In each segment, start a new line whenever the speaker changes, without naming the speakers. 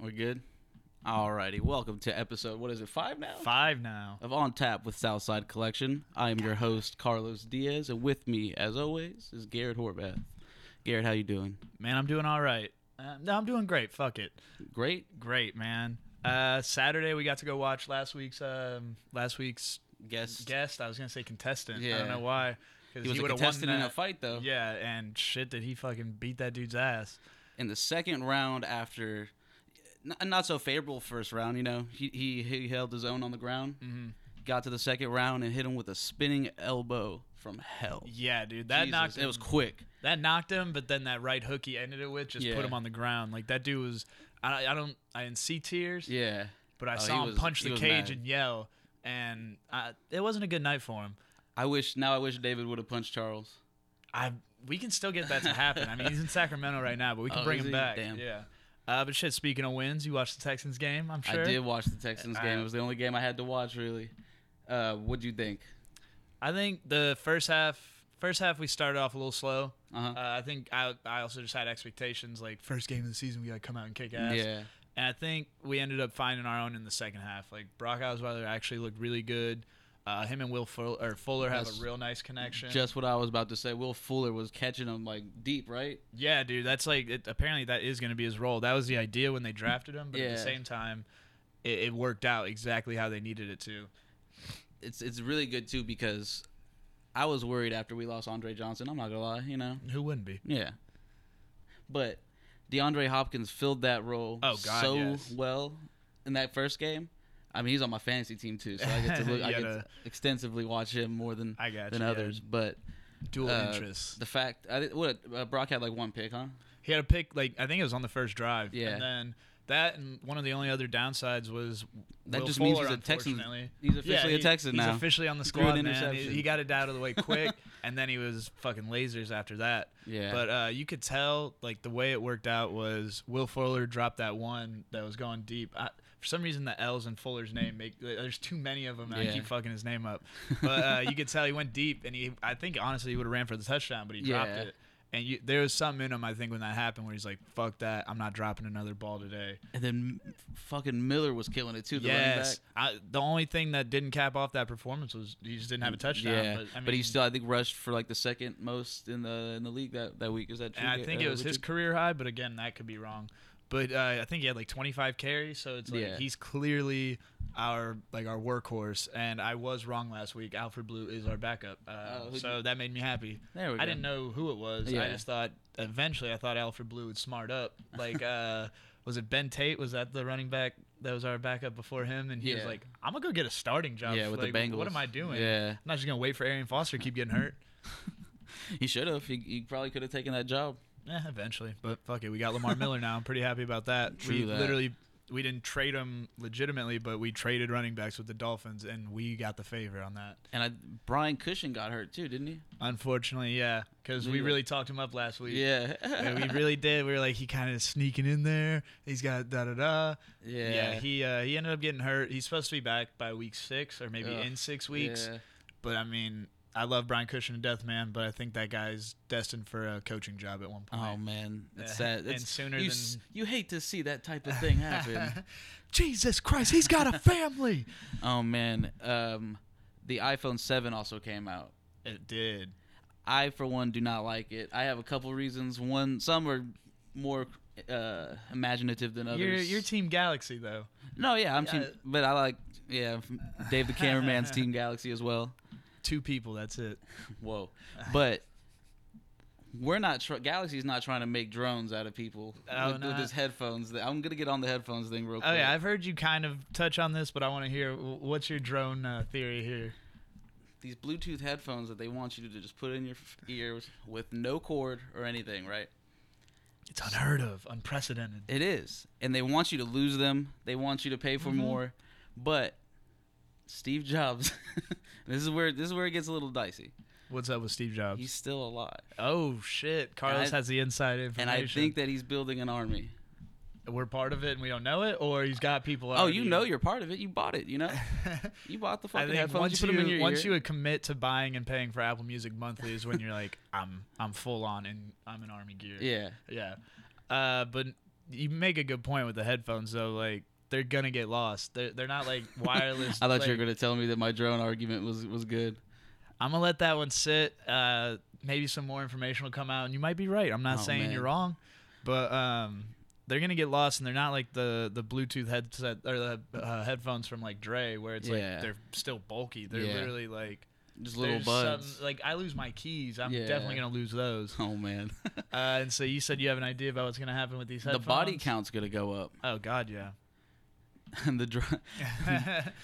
We good? Alrighty. Welcome to episode. What is it? Five now.
Five now.
Of On Tap with Southside Collection. I am your host Carlos Diaz, and with me, as always, is Garrett Horvath. Garrett, how you doing?
Man, I'm doing all right. Uh, no, I'm doing great. Fuck it.
Great.
Great, man. Uh, Saturday we got to go watch last week's um, last week's
Guest.
guest. I was gonna say contestant. I
Yeah.
don't know why. 'cause
He was a
would've won
contestant in
that-
a fight, though.
Yeah, and shit, did he fucking beat that dude's ass?
in the second round after n- not so favorable first round, you know. He he, he held his own on the ground. Mm-hmm. Got to the second round and hit him with a spinning elbow from hell.
Yeah, dude, that
Jesus,
knocked.
it was
him-
quick.
That knocked him, but then that right hook he ended it with just
Yeah.
put him on the ground. Like that dude was. I, I don't. I didn't see tears,
Yeah.
but I
Oh,
saw
he
him
was-
punch
he
the
was
cage
mad.
and yell, and I, it wasn't a good night for him.
I wish now I wish David would have punched Charles.
I we can still get that to happen. I mean, he's in Sacramento right now, but we can
Oh,
bring
is
him
he?
back.
Damn.
Yeah. Uh, but shit, speaking of wins, you watched the Texans game, I'm sure.
I did watch the Texans
I-
game. It was the only game I had to watch really. Uh, what'd you think?
I think the first half, first half we started off a little slow.
Uh-huh.
Uh, I think I, I also just had expectations like first game of the season we gotta come out and kick ass.
Yeah.
And I think we ended up finding our own in the second half. Like Brock Osweiler actually looked really good. Uh, him and Will Fuller, or Fuller have
That's
a real nice connection.
Just what I was about to say. Will Fuller was catching him like deep, right?
Yeah, dude, that's like it, apparently that is going to be his role. That was the idea when they drafted him, but at
Yeah.
the same time, it, it worked out exactly how they needed it to.
It's it's really good too because I was worried after we lost Andre Johnson. I'm not gonna lie, you know.
Who wouldn't be?
Yeah. But DeAndre Hopkins filled that role
Oh, God,
so
yes.
well in that first game. I mean, he's on my fantasy team too, so I get to look, I
You
get
gotta-
to extensively watch him more than
I got
than
you, yeah.
others. But
Dual
uh,
interests.
the fact, I, did- what uh, Brock had like one pick, huh?
He had a pick, like I think it was on the first drive.
Yeah.
And then that, and one of the only other downsides was
That
Will
just
Fuller,
means he's a Texan.
unfortunately.
He's officially
yeah,
a Texan
he's
now.
He's officially on the
He threw an
squad, man. He,
interception.
he got it out of the way quick, and then he was fucking lasers after that.
Yeah.
But uh, you could tell, like the way it worked out was Will Fuller dropped that one that was going deep. I, for some reason, the L's in Fuller's name make there's too many of them, and
Yeah.
I keep fucking his name up. But uh, you could tell he went deep, and he I think honestly he would have ran for the touchdown, but he dropped
Yeah.
it. And you, there was something in him, I think, when that happened, where he's like, "Fuck that! I'm not dropping another ball today."
And then f- fucking Miller was killing it too. The running back.
yes, I, the only thing that didn't cap off that performance was he just didn't have a touchdown.
Yeah,
but, I mean,
he still I think rushed for like the second most in the in the league that, that week. Is that true?
And I
Ga-
think
uh,
it was his
Richard?
career high, but again, that could be wrong. But uh, I think he had like 25 carries, so it's like
Yeah.
he's clearly our like our workhorse. And I was wrong last week. Alfred Blue is our backup, uh,
Oh, who-
so that made me happy.
There we
I
go.
didn't know who it was.
Yeah.
I just thought eventually I thought Alfred Blue would smart up. Like, uh, was it Ben Tate? Was that the running back that was our backup before him? And he was
Yeah.
like, "I'm gonna go get a starting job."
Yeah, with the
Like, What
Bengals.
am I doing?
Yeah.
I'm not just gonna wait for Arian Foster to keep getting hurt.
He should have. He, he probably could have taken that job.
Yeah, Eh, eventually. But fuck it, we got Lamar Miller now. I'm pretty happy about that.
True
we
that.
literally we didn't trade him legitimately, but we traded running backs with the Dolphins, and we got the favor on that.
And I, Brian Cushing got hurt too, didn't he?
Unfortunately, yeah, because we
Yeah.
really talked him up last week.
Yeah.
Yeah, we really did. We were like, he kind of sneaking in there. He's got da da da.
yeah.
he uh, he ended up getting hurt. He's supposed to be back by week six or maybe
Ugh,
in six weeks.
Yeah.
But I mean, I love Brian Cushing to death, man. But I think that guy's destined for a coaching job at one point.
Oh man, that's
Yeah.
sad.
Uh, And
That's,
sooner
you,
than-
s- you hate to see that type of thing happen.
Jesus Christ, he's got a family.
oh man, um, the iPhone Seven also came out.
It did.
I for one do not like it. I have a couple reasons. One, some are more uh, imaginative than others.
Your your team Galaxy though.
no, yeah, I'm team,
Yeah.
but I like yeah, Dave the cameraman's Team Galaxy as well.
Two people. That's it.
Whoa, but. We're not tr- Galaxy's not trying to make drones out of people
Oh,
with, with
not-
this headphones. That I'm gonna get on the headphones thing real quick.
Oh yeah, I've heard you kind of touch on this, but I want to hear wh- what's your drone uh, theory here.
these Bluetooth headphones that they want you to just put in your f- ears with no cord or anything, right?
It's unheard of, unprecedented.
It is. And they want you to lose them. They want you to pay
Mm-hmm.
for more. But Steve Jobs, this is where this is where it gets a little dicey.
What's up with Steve Jobs?
He's still alive.
oh shit, Carlos
I-
has the inside
And
information.
I think that he's building an army.
we're part of it and we don't know it, or he's got people.
Oh,
already-
you know you're part of it. You bought it, you know? You bought the
I
fucking
think
headphones.
once
you
you,
put them in your
once
ear.
you commit to buying and paying for Apple Music monthly is when you're like, I'm I'm full on and I'm in army gear.
yeah.
Yeah. Uh, but you make a good point with the headphones though. Like they're gonna get lost. They're they're not like wireless.
I thought you were
like-
gonna tell me that my drone argument was was good.
I'm gonna let that one sit. Uh, maybe some more information will come out, and you might be right. I'm not
Oh,
saying
man.
you're wrong, but um, they're gonna get lost, and they're not like the the Bluetooth headset or the uh, headphones from like Dre, where it's
Yeah.
like they're still bulky. They're
Yeah.
literally like
Just little
there's some-
buds.
like I lose my keys, I'm
Yeah.
definitely gonna lose those.
Oh man,
Uh, and so you said you have an idea about what's gonna happen with these
the
headphones.
body count's gonna go up,
Oh God, yeah.
and the drone.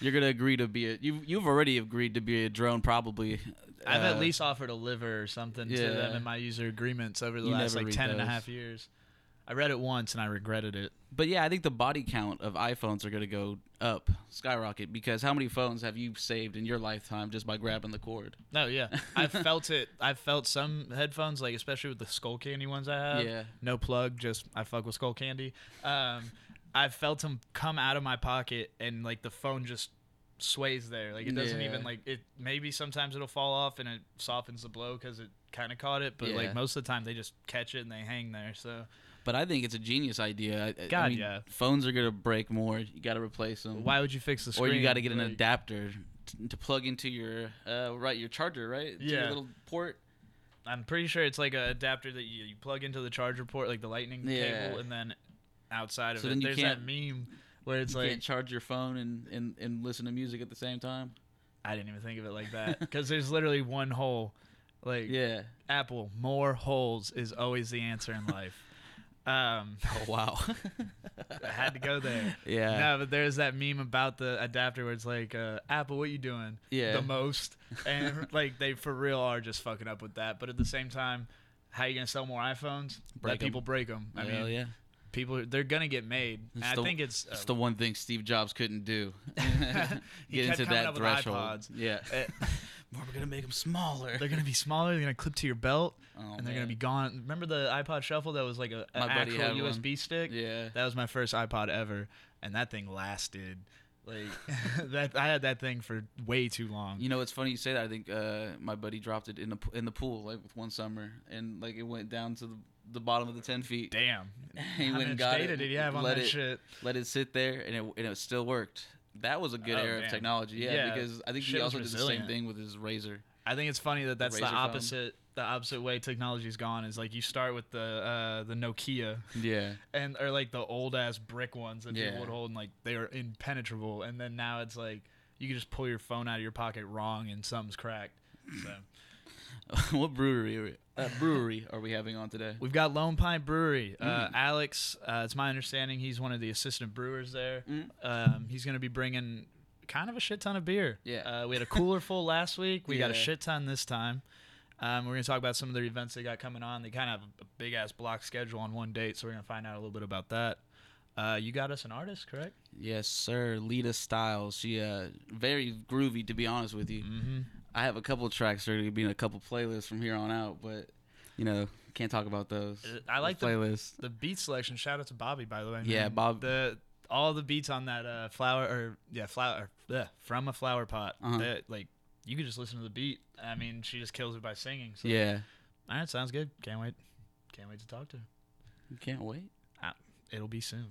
You're gonna agree to be a. You've you've already agreed to be a drone, probably.
I've
uh,
at least offered a liver or something to them
yeah.
in my user agreements over the
You
last
never
like
read
10 and a
those.
half years. I read it once and I regretted it.
But yeah, I think the body count of iPhones are gonna go up, skyrocket, because how many phones have you saved in your lifetime just by grabbing the cord?
No, yeah. I felt it. I felt some headphones, like especially with the skull candy ones I have.
Yeah.
No plug, just I fuck with skull candy. Um, I felt them come out of my pocket and like the phone just sways there. Like it doesn't
Yeah.
even like it. Maybe sometimes it'll fall off and it softens the blow because it kind of caught it. But
Yeah.
like most of the time they just catch it and they hang there. So
But I think it's a genius idea. I- I,
God,
I mean,
yeah.
Phones are gonna break more. You gotta replace them,
why would you fix the
or
screen?
you gotta get an
Like-
adapter t- to plug into your uh, right your charger, right? To
Yeah.
Your little port.
I'm pretty sure it's like a adapter that you, you plug into the charger port, like the lightning
Yeah.
cable, and then outside of
So
it,
then you
there's that meme where it's
you
like
can't charge your phone and, and, and listen to music at the same time.
I didn't even think of it like that because there's literally one hole. Like
Yeah.
Apple, more holes is always the answer in life. um,
Oh wow.
I had to go there.
Yeah.
No, but there's that meme about the adapter where it's like, uh, Apple, what you doing?
Yeah.
The most. And like they for real are just fucking up with that. But at the same time, how you gonna sell more iPhones?
Break
Let
'em.
people break them. I mean,
Hell yeah.
people they're gonna get made. And
It's
I
the-
think it's,
It's
uh,
the one thing Steve Jobs couldn't do.
He kept coming up with iPods.
Yeah.
eh,
We're gonna make them smaller.
they're gonna be smaller. They're gonna clip to your belt,
Oh,
and they're gonna
man.
be gone. Remember the iPod Shuffle that was like a, an
My buddy
actual
had one.
USB stick?
Yeah.
That was my first iPod ever, and that thing lasted. Like that, I had that thing for way too long.
You know, it's funny you say that. I think uh, my buddy dropped it in the in the pool like with one summer, and like it went down to the, the bottom of the ten feet.
Damn.
He
How
went
much
and got
data
it.
did you have on
let
that
it,
shit?
Let it sit there, and it and it still worked. That was a good
Oh,
era
man.
of technology. Yeah,
Yeah,
because I think
shit
he
was
also did the
resilient.
same thing with his razor.
I think it's funny that that's the,
razor phone.
opposite. The opposite way technology's gone is like you start with the uh, the Nokia
Yeah.
and or like the old ass brick ones that people
Yeah.
would hold and like they are impenetrable and then now it's like you can just pull your phone out of your pocket wrong and something's cracked so
what brewery are we, uh, brewery are we having on today?
we've got lone pine brewery
Mm.
uh, alex uh, it's my understanding he's one of the assistant brewers there
Mm.
um, he's going to be bringing kind of a shit ton of beer
Yeah.
uh, we had a cooler full last week we got a
Yeah.
shit ton this time um, we're going to talk about some of the events they got coming on they kind of have a big ass block schedule on one date so we're going to find out a little bit about that uh, you got us an artist correct
Yes, sir. Lita Styles. She uh very groovy to be honest with you. Mm-hmm. I have a couple tracks that are gonna be in a couple playlists from here on out, but you know can't talk about those.
Uh, I like the-
playlist.
The beat selection. Shout out to Bobby, by the way.
Yeah,
man.
Bob-
The all the beats on that uh, flower or yeah flower bleh, from a flower pot.
Uh-huh.
That like you could just listen to the beat. I mean, she just kills it by singing. So.
yeah,
All right, sounds good. Can't wait. Can't wait to talk to her.
can't wait.
Uh, it'll be soon.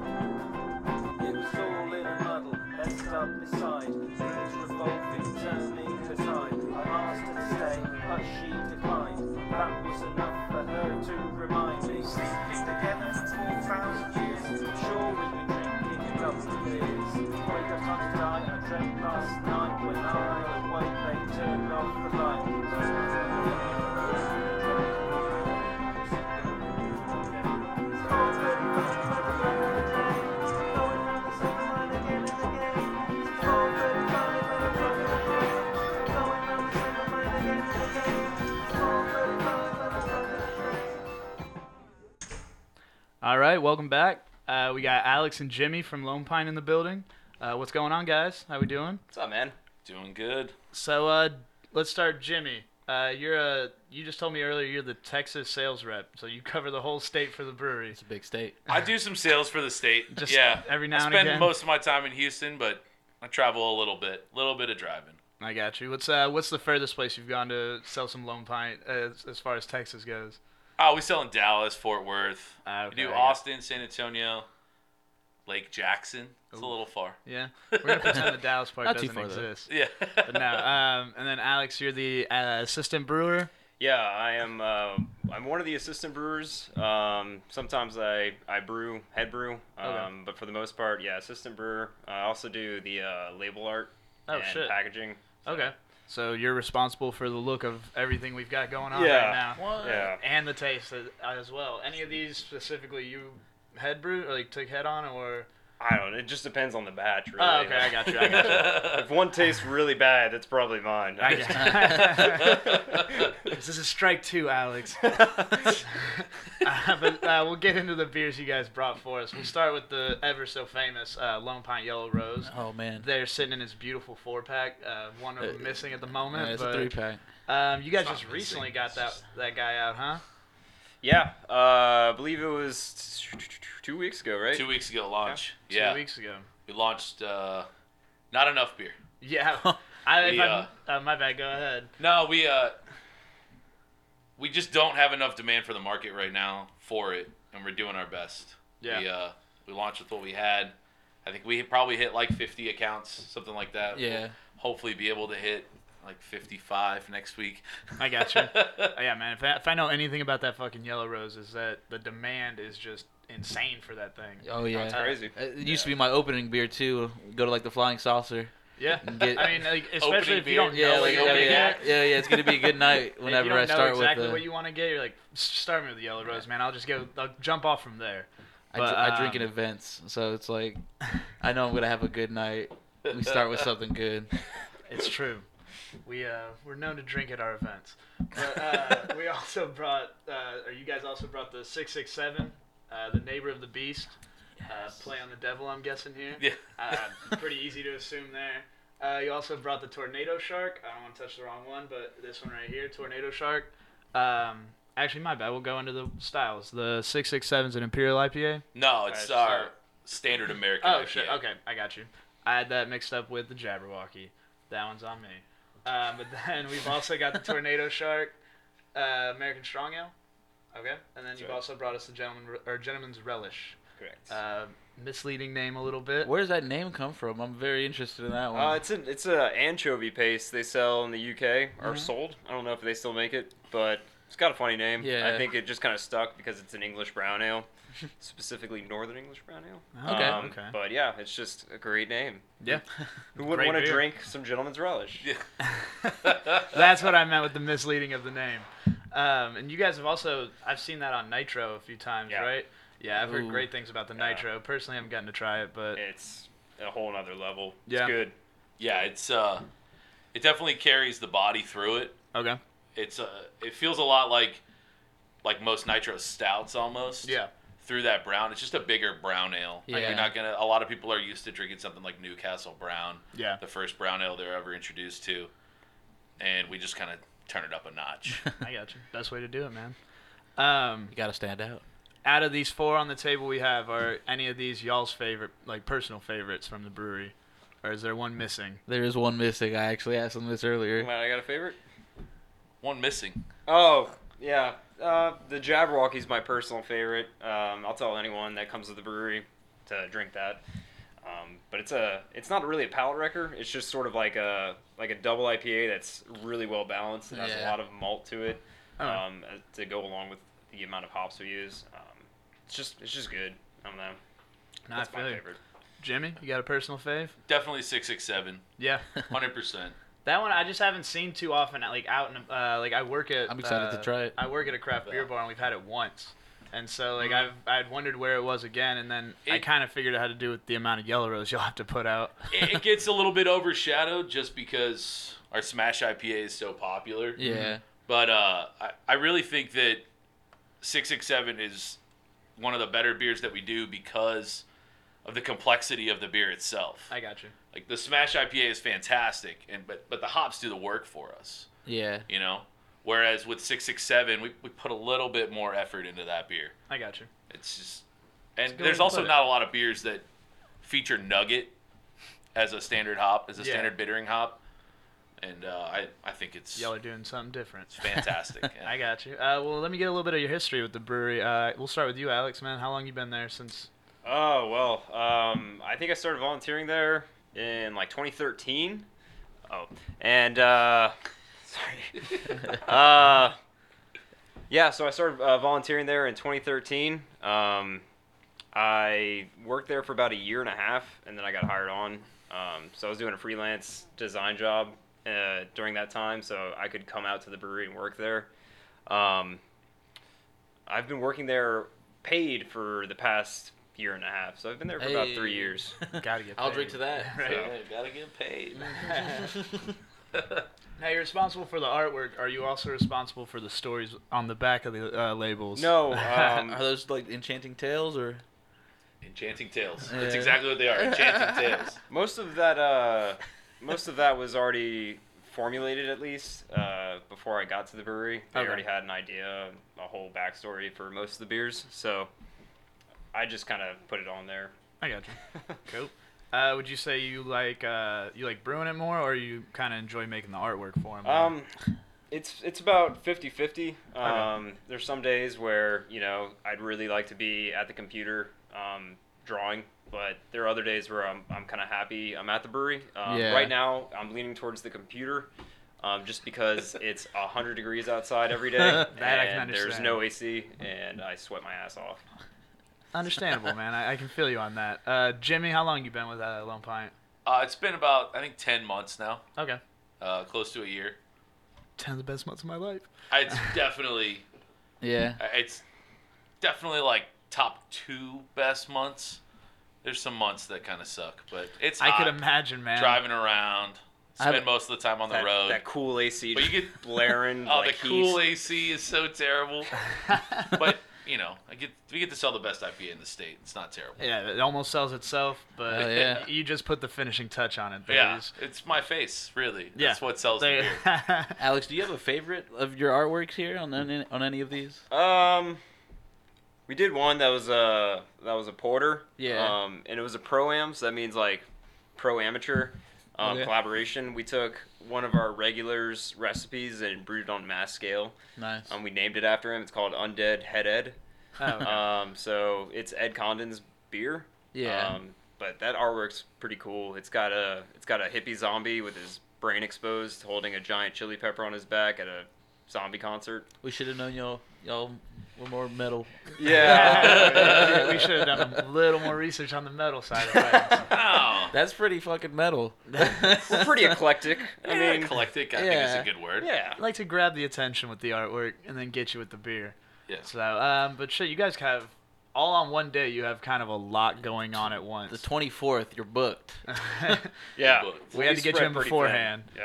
It was all in a muddle, messed up beside. Things revolving, turning to time. I asked her to stay, but she declined. That was enough for her to remind me. Sleeping together for 4,000 years. Sure, we've been drinking a couple of beers. Wake up time to die. I dreamt last night when I awoke, they turned off the light.
All right, welcome back. Uh, we got Alex and Jimmy from Lone Pine in the building. Uh, what's going on, guys? How we doing?
What's up, man? Doing good.
So uh, let's start, Jimmy. Uh, you're a. You just told me earlier you're the Texas sales rep, so you cover the whole state for the brewery.
It's a big state.
I do some sales for the state.
Just
yeah,
every now
I
and
spend
again?
most of my time in Houston, but I travel a little bit, little bit of driving.
I got you. What's uh, what's the furthest place you've gone to sell some lone pine as, as far as Texas goes?
Oh, we sell in Dallas, Fort Worth.
Ah, okay,
we
I
do
got-
Austin, San Antonio, Lake Jackson. It's a little far.
Yeah, we're gonna pretend the Dallas part
Not too
doesn't
far, though.
exist.
Yeah.
But no. Um, and then Alex, you're the uh, assistant brewer.
Yeah, I am. Uh, I'm one of the assistant brewers. Um, sometimes I, I brew head brew, um,
Okay.
but for the most part, yeah, assistant brewer. I also do the uh, label art
Oh,
and
shit.
packaging.
Okay. So you're responsible for the look of everything we've got going on
Yeah.
right now.
Yeah.
And the taste a- as well. Any of these specifically you head brew or like took head on or?
I don't. It just depends on the batch, really.
Oh, okay. I got you. I got you.
If one tastes really bad, that's probably mine.
I got you. this is a strike two, Alex. uh, but uh, we'll get into the beers you guys brought for us. We'll start with the ever so famous uh, Lone Pine Yellow Rose.
Oh man,
They're sitting in this beautiful four pack. Uh, one of them
Uh,
missing at the
Yeah,
moment.
it's
but,
a three pack.
Um, you guys
It's not
just recently
missing,
got
it's
that
just-
that guy out, huh?
yeah, uh, I believe it was two weeks ago, right?
Two weeks ago launch.
Two
Yeah.
weeks ago.
We launched uh, not enough beer.
Yeah.
Oh,
I, if
We,
I'm- uh, my bad. Go ahead.
No, we uh, we just don't have enough demand for the market right now for it, and we're doing our best.
Yeah.
We, uh, we launched with what we had. I think we probably hit like 50 accounts, something like that.
Yeah.
hopefully, be able to hit like 55 next week.
I got you. Oh, yeah, man. If I, if I know anything about that fucking yellow rose, is that the demand is just insane for that thing. Uh,
Oh yeah.
That's crazy.
It used to be my opening beer too. Go to like the Flying Saucer.
Yeah.
Get-
I mean, like, especially
Opening
if you don't
beer.
Yeah,
Oh,
know
like, yeah,
what you're gonna
opening
yeah,
get.
yeah, yeah. It's gonna be a good night
If you
whenever
don't
I start
know exactly
with. Uh,
what you want to get, you're like, "S- start me with the yellow rose, man. I'll just go, I'll jump off from there.
I,
but,
dr- I drink
um,
in events, so it's like I know I'm gonna have a good night. We start with something good.
It's true. We uh, we're known to drink at our events. But, uh, we also brought, uh, or you guys also brought the six six seven, uh, the neighbor of the beast. Uh, play on the devil, I'm guessing here.
Yeah.
Uh, pretty easy to assume there. Uh, you also brought the tornado shark. I don't want to touch the wrong one, but this one right here, tornado shark. Um, actually, my bad. We'll go into the styles. The six six seven is an imperial IPA.
No, it's
Alright,
our
sorry.
standard American.
Oh
IPA.
shit. Okay, I got you. I had that mixed up with the Jabberwocky. That one's on me. Um, but then we've also got the Tornado Shark, uh, American Strong Ale. Okay, and then you've
right.
also brought us the gentleman Re- or Gentleman's Relish.
Correct.
Uh, misleading name a little bit.
Where does that name come from? I'm very interested in that one.
Um,
Uh, it's an it's a anchovy paste they sell in the UK
Mm-hmm.
or sold. I don't know if they still make it, but it's got a funny name.
Yeah.
I think it just kind of stuck because it's an English brown ale, specifically Northern English brown ale.
Okay.
Um,
Oh, okay.
But yeah, it's just a great name.
Yeah,
Who wouldn't
Great
want to
beer.
drink some Gentleman's Relish?
Yeah.
that's what I meant with the misleading of the name. Um, and you guys have also I've seen that on Nitro a few times,
Yeah.
right? Yeah, I've heard
Ooh.
great things about the
Yeah.
Nitro. Personally, I haven't gotten to try it, but
It's a whole nother level.
Yeah.
It's good.
Yeah, it's uh, it definitely carries the body through it.
okay.
It's uh, it feels a lot like like most nitro stouts almost.
Yeah.
Through that brown, it's just a bigger brown ale. Like,
Yeah.
you're not gonna. A lot of people are used to drinking something like Newcastle Brown,
Yeah.
the first brown ale they're ever introduced to, and we just kind of turn it up a notch.
I got you. Best way to do it, man. Um,
you gotta stand out.
out of these four on the table we have, are any of these y'all's favorite, like personal favorites from the brewery, or is there one missing?
There is one missing. I actually asked him this earlier.
Come on, I got a favorite.
One missing.
Oh yeah, uh, the Jabberwocky's my personal favorite. Um, I'll tell anyone that comes to the brewery to drink that. Um, but it's a it's not really a palate wrecker. It's just sort of like a like a double IPA that's really well balanced. It has a
Yeah.
lot of malt to it
Oh.
um, uh, to go along with the amount of hops we use. Um, it's just it's just good. I don't know.
Not
That's my favorite.
Jimmy, you got a personal fave?
Definitely six six seven.
Yeah,
Hundred percent.
that one I just haven't seen too often. Like out and uh, like I work at.
I'm excited to
uh,
try it.
I work at a craft beer bar and we've had it once, and so like I've I'd wondered where it was again, and then I
It-
kind of figured out how to do with the amount of yellow rose you'll have to put out.
it it gets a little bit overshadowed just because our smash IPA is so popular.
Mm-hmm.
Yeah.
But uh, I, I really think that 667 is one of the better beers that we do because of the complexity of the beer itself.
I got you.
Like the Smash IPA is fantastic, and but but the hops do the work for us,
Yeah.
you know. Whereas with 667, we, we put a little bit more effort into that beer.
I got you.
It's just, and
go ahead
there's
and
also
put it.
not a lot of beers that feature nugget as a standard hop, as a
Yeah.
standard bittering hop, and uh, I I think it's
Y'all are doing something different.
it's fantastic. yeah.
I got you. Uh, well, let me get a little bit of your history with the brewery. Uh, we'll start with you, Alex. Man, how long you been there since?
Oh well, um, I think I started volunteering there in like 2013. Oh, and uh, sorry. uh, yeah, so I started uh, volunteering there in 2013. Um, I worked there for about a year and a half, and then I got hired on. Um, so I was doing a freelance design job uh, during that time, so I could come out to the brewery and work there. Um, I've been working there paid for the past year and a half, so I've been there for about three
Hey.
years.
Gotta get.
I'll drink to
paid.
that.
Right.
Yeah, gotta get paid.
Um, Now you're responsible for the artwork. Are you also responsible for the stories on the back of the uh, labels?
No,
Are
um,
those like enchanting tales or?
Enchanting tales. That's
Yeah.
exactly what they are. Enchanting tales.
most of that, uh, most of that was already formulated at least uh, before I got to the brewery. I
Okay.
already had an idea, a whole backstory for most of the beers, so I just kind of put it on there.
I got you. Cool. Uh, would you say you like uh, you like brewing it more, or you kind of enjoy making the artwork for them?
Um, it's it's about 50-50. Um,
Okay.
There's some days where you know I'd really like to be at the computer um, drawing, but there are other days where I'm I'm kind of happy I'm at the brewery. Um,
Yeah.
Right now I'm leaning towards the computer. Um, just because it's hundred degrees outside every day,
That
and
I can
there's
understand.
no AC, and I sweat my ass off.
understandable, man. I, I can feel you on that. Uh, Jimmy, how long you been with uh, Lone Pint?
Uh, it's been about I think ten months now,
Okay,
uh, close to a year.
ten of the best months of my life.
It's definitely
Yeah.
I- Uh, it's definitely like top two best months. There's some months that kind of suck, but it's
I
hot.
could imagine, man.
driving around. Spend
I've-
most of the time on the
that,
road.
that cool AC,
But you
just
get-
blaring.
oh,
like
the cool
heat.
AC is so terrible. but you know, I get we get to sell the best IPA in the state. It's not terrible.
Yeah, it almost sells itself, but
Hell yeah.
you just put the finishing touch on it.
Yeah,
babies.
it's my face, really.
Yeah.
That's what sells the
They-
beer.
Alex, do you have a favorite of your artworks here on any, on any of these?
Um, we did one that was a that was a porter.
Yeah.
Um, and it was a pro am, so that means like pro amateur um,
Okay.
collaboration. We took one of our regulars' recipes and brewed it on mass scale.
Nice.
Um, we named it after him. It's called Undead Head Ed.
oh,
Um, so it's Ed Condon's beer.
yeah.
Um, but that artwork's pretty cool. It's got a it's got a hippie zombie with his brain exposed, holding a giant chili pepper on his back at a zombie concert.
we should have known y'all y'all were more metal.
Yeah, we should have done a little more research on the metal side of things.
Wow.
That's pretty fucking metal.
We're pretty eclectic. I
I mean,
mean,
eclectic. I
yeah.
think is a good word.
yeah.
I like to grab the attention with the artwork and then get you with the beer.
Yes.
So, um, but shit, you guys have all on one day. You have kind of a lot going on at
The
once.
24th, you're booked.
Yeah.
booked.
We had to get you
spread
in
pretty
beforehand.
thin.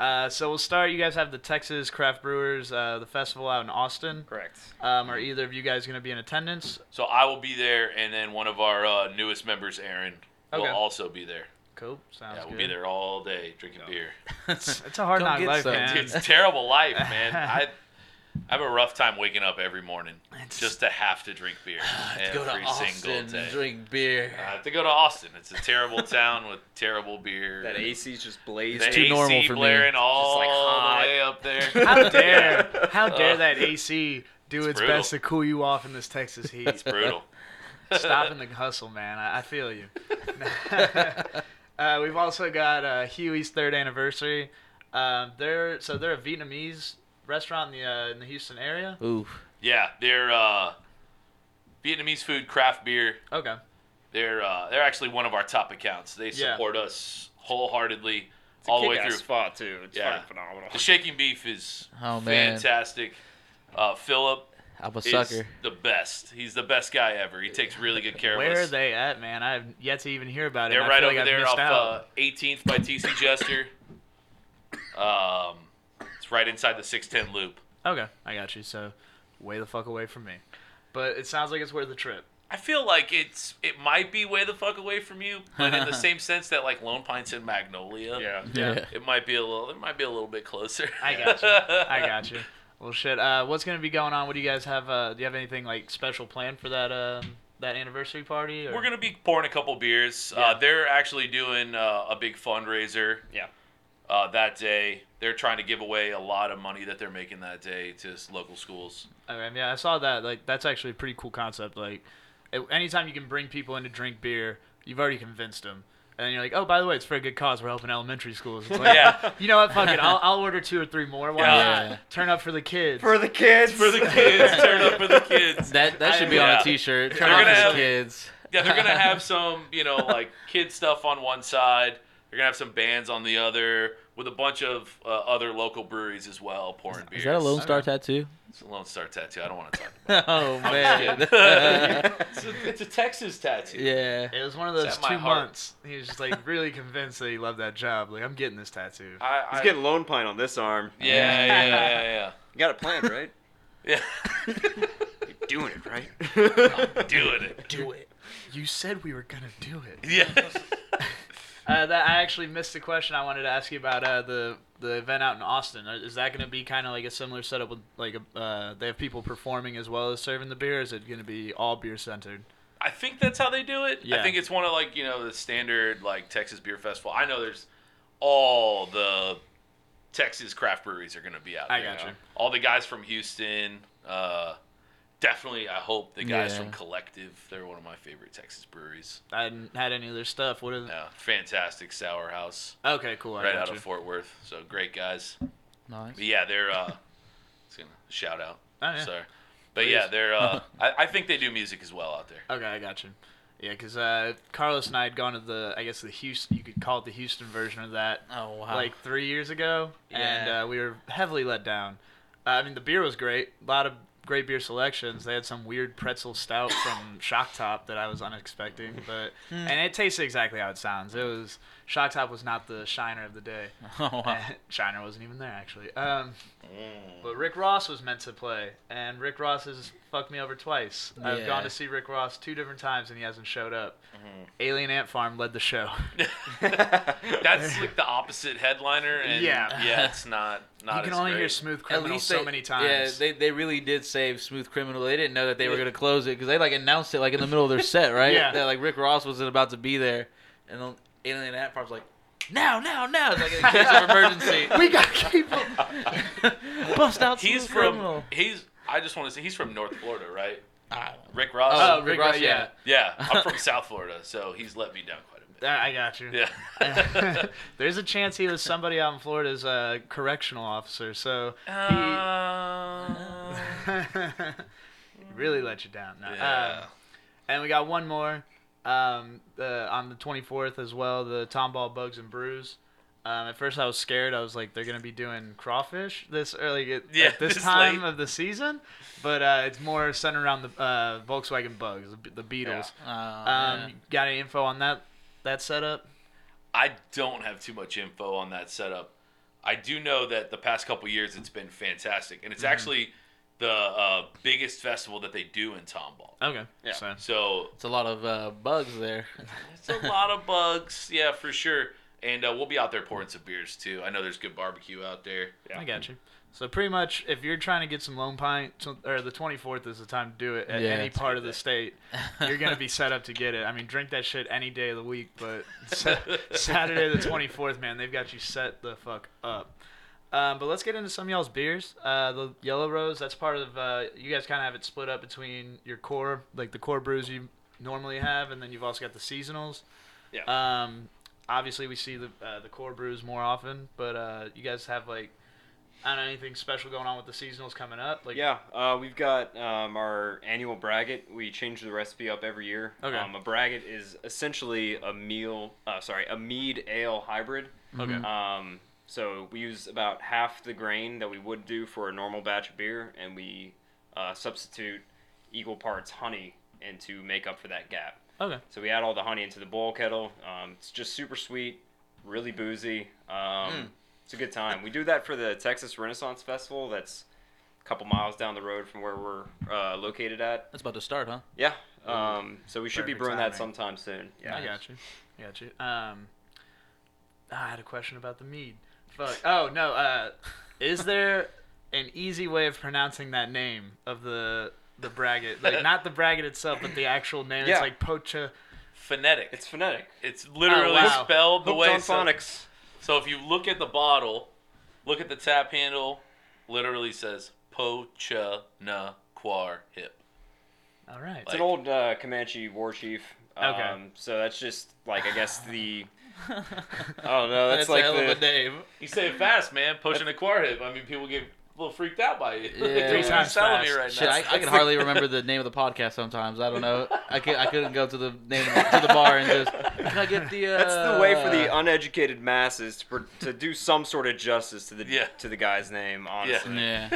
Yeah.
uh, so we'll start. You guys have the Texas Craft Brewers, uh, the festival out in Austin.
Correct.
Um, are either of you guys going to be in attendance?
So I will be there, and then one of our uh, newest members, Aaron, will
Okay.
also be there.
Cool. Sounds
yeah, we'll
good.
be there all day drinking beer.
It's a hard
Come
knock
get
life,
some.
man.
Dude, it's terrible life, man. I I have a rough time waking up every morning
It's-
just to have to drink beer every
Go to
single
Austin
day.
and drink beer.
I have to go to Austin. It's a terrible town with terrible beer.
That AC's just blazed.
the
too
AC
normal for me.
blaring all
like, hot.
the way up there.
How dare, how dare that AC do its,
brutal.
best to cool you off in this Texas heat?
it's brutal.
Stopping the hustle, man. I, I feel you. uh, we've also got uh, Huey's third anniversary. Um, they're so they're a Vietnamese restaurant in the uh, in the Houston area.
Ooh.
Yeah, they're uh, Vietnamese food, craft beer.
Okay.
They're uh, they're actually one of our top accounts. They
Yeah.
support us wholeheartedly
It's a
all the way
kick-ass
through.
spot too. It's
Yeah.
fucking phenomenal.
The shaking beef is
Oh, man.
fantastic. Uh, Philip
I'm a
is
sucker.
the best. He's the best guy ever. He takes really good care of
Where
us.
are they at, man? I've yet to even hear about it.
They're
and I
right
feel
over
like I've
there
missed
off
out.
uh, 18th by TC Jester. um, it's right inside the 610 loop.
Okay, I got you. So, way the fuck away from me. But it sounds like it's worth the trip.
I feel like it's it might be way the fuck away from you, but in the same sense that like Lone Pines and Magnolia,
Yeah.
Yeah.
it might be a little it might be a little bit closer.
I got you. I got you. Well, shit. Uh, what's gonna be going on? What do you guys have? Uh, do you have anything like special planned for that um, that anniversary party? Or?
We're gonna be pouring a couple beers.
Yeah.
Uh, they're actually doing uh, a big fundraiser.
Yeah.
Uh, that day, they're trying to give away a lot of money that they're making that day to s- local schools.
I mean, yeah, I saw that. Like, that's actually a pretty cool concept. Like, a- anytime you can bring people in to drink beer, you've already convinced them. And then you're like, oh, by the way, it's for a good cause. We're helping elementary schools. It's like,
Yeah.
You know what? Fuck it. I'll, I'll order two or three more. Why
Yeah.
not? Turn up for the kids.
For the kids.
For the kids, turn up for the kids.
That that should be on
Yeah.
a T-shirt.
They're
Turn off
gonna
his
have-
kids.
Yeah, they're gonna have some, you know, like kid stuff on one side. They're gonna have some bands on the other, with a bunch of uh, other local breweries as well pouring beers.
Is that a Lone Star tattoo?
It's a Lone Star tattoo. I don't want to talk.
oh man.
It's a, it's a Texas tattoo.
yeah.
It was one of
It's
those
at my
two
heart.
months. He was just like really convinced that he loved that job. Like, I'm getting this tattoo.
I, I,
He's getting lone pine on this arm.
yeah, yeah, yeah, yeah,
You got it planned, right?
yeah.
You're doing it, right?
Yeah. Doing it.
Do it. You said we were gonna do it.
Yeah.
Uh, that I actually missed the question I wanted to ask you about uh, the the event out in Austin. Uh, Is that going to be kind of like a similar setup with like a, uh, they have people performing as well as serving the beer? Or is it going to be all beer centered?
I think that's how they do it.
Yeah.
I think it's one of like you know the standard like Texas Beer Festival. I know there's all the Texas craft breweries are gonna be out.
I
there.
gotcha.
All the guys from Houston. Uh, definitely, I hope the guys
Yeah.
from Collective. They're one of my favorite Texas breweries.
I hadn't had any of their stuff. What is
Yeah, fantastic sour house
okay? Cool. I
right
got
out
you.
of Fort Worth. So great guys.
Nice.
But yeah, they're. Uh, it's gonna shout out.
Oh, yeah.
Sorry. But yeah, they're. Uh, I, I think they do music as well out there.
Okay, I got you. Yeah, because uh, Carlos and I had gone to the I guess the Houston you could call it the Houston version of that
Oh wow.
like three years ago,
Yeah.
and uh, we were heavily let down. Uh, I mean, the beer was great. A lot of great beer selections. They had some weird pretzel stout from Shock Top that I was unexpecting, but
Hmm.
and it tasted exactly how it sounds. It was Shock Top was not the shiner of the day.
oh wow. Mm.
shiner wasn't even there actually. Um, but Rick Ross was meant to play, and Rick Ross has fucked me over twice. I've
Yeah. Mm-hmm.
gone to see Rick Ross two different times, and he hasn't showed up. Alien Ant Farm led the show.
That's like the opposite headliner, and
Yeah.
yeah, it's not not.
you can
as
only hear
great.
Smooth Criminal so
they-
many times.
Yeah, they, they really did save Smooth Criminal. They didn't know that they were gonna close it because they like announced it like in the middle of their set, right?
Yeah.
That like Rick Ross wasn't about to be there, and then Alien Ant Farm's like, now, now, now, it's like in case of emergency.
we got people.
Bust out
He's
Smooth
from
Criminal.
he's. I just want to say he's from North Florida, right?
I don't know.
Rick Ross.
Oh,
Oh,
Rick
Rick
Ross,
Ross, yeah.
yeah, I'm from South Florida, so he's let me down quite a bit.
I got you.
Yeah.
There's a chance he was somebody out in Florida's uh, correctional officer, so he
Uh,
really let you down. No.
yeah.
Um, and we got one more um, uh, on the 24th as well the Tomball Bugs and Brews. Um, at first, I was scared. I was like, they're going to be doing crawfish this early at,
Yeah,
at this,
this
time
late.
of the season. But uh, it's more centered around the uh, Volkswagen Bugs, the, the Beatles.
Oh,
Um,
man.
Got any info on that that setup?
I don't have too much info on that setup. I do know that the past couple years it's been fantastic, and it's actually the uh, biggest festival that they do in Tomball.
Okay.
Yeah.
So,
So
it's a lot of uh, bugs there.
It's a lot of bugs, yeah, for sure. And uh, we'll be out there pouring some beers too. I know there's good barbecue out there.
I got you. So pretty much, if you're trying to get some lone pine, so- or the 24th is the time to do it at
Yeah,
any
it's
part of the state, you're gonna be set up to get it. I mean, drink that shit any day of the week, but sa- Saturday the 24th, man, they've got you set the fuck up. Um, but let's get into some of y'all's beers. Uh, the Yellow Rose, that's part of. Uh, you guys kind of have it split up between your core, like the core brews you normally have, and then you've also got the seasonals.
Yeah.
Um, obviously, we see the uh, the core brews more often, but uh, you guys have like, I don't know, anything special going on with the seasonals coming up. Like,
Yeah, uh, we've got um, our annual braggot. We change the recipe up every year.
Okay.
Um, a braggot is essentially a meal, uh, sorry, a mead ale hybrid.
Okay.
Um, so we use about half the grain that we would do for a normal batch of beer, and we uh, substitute equal parts honey in to make up for that gap.
Okay.
So we add all the honey into the boil kettle. Um, it's just super sweet, really boozy. Um, It's a good time. We do that for the Texas Renaissance Festival. That's a couple miles down the road from where we're uh, located at.
That's about to start, huh?
Yeah. Um, so we should be
Perfect
brewing that
timing.
sometime soon. Yeah.
I got you. I got you. Um, I had a question about the mead. Fuck. Oh no. Uh, is there an easy way of pronouncing that name of the the braggot, like not the braggot itself, but the actual name.
Yeah.
It's like pocha.
Phonetic.
It's
It's
phonetic.
it's literally
Oh, wow.
spelled the
Hooked
way
on
so-
phonics.
So if you look at the bottle, look at the tap handle, literally says Pochanaquar hip.
All right.
It's an old uh, Comanche war chief. Um,
Okay.
So that's just like I guess the. I don't know.
That's,
That's, like
a hell
the.
of a name.
You say it fast, man. Pochanaquar hip. I mean, people get a little freaked out by it.
Yeah.
Three
Three
times
times telling me
fast.
right
Shit,
now.
I, I can hardly remember the name of the podcast sometimes. I don't know. I, could, I couldn't go to the name to the bar and just can I get the. Uh,
That's the way for the
Uh.
uneducated masses to, pr- to do some sort of justice to the
Yeah.
to the guy's name. Honestly,
yeah.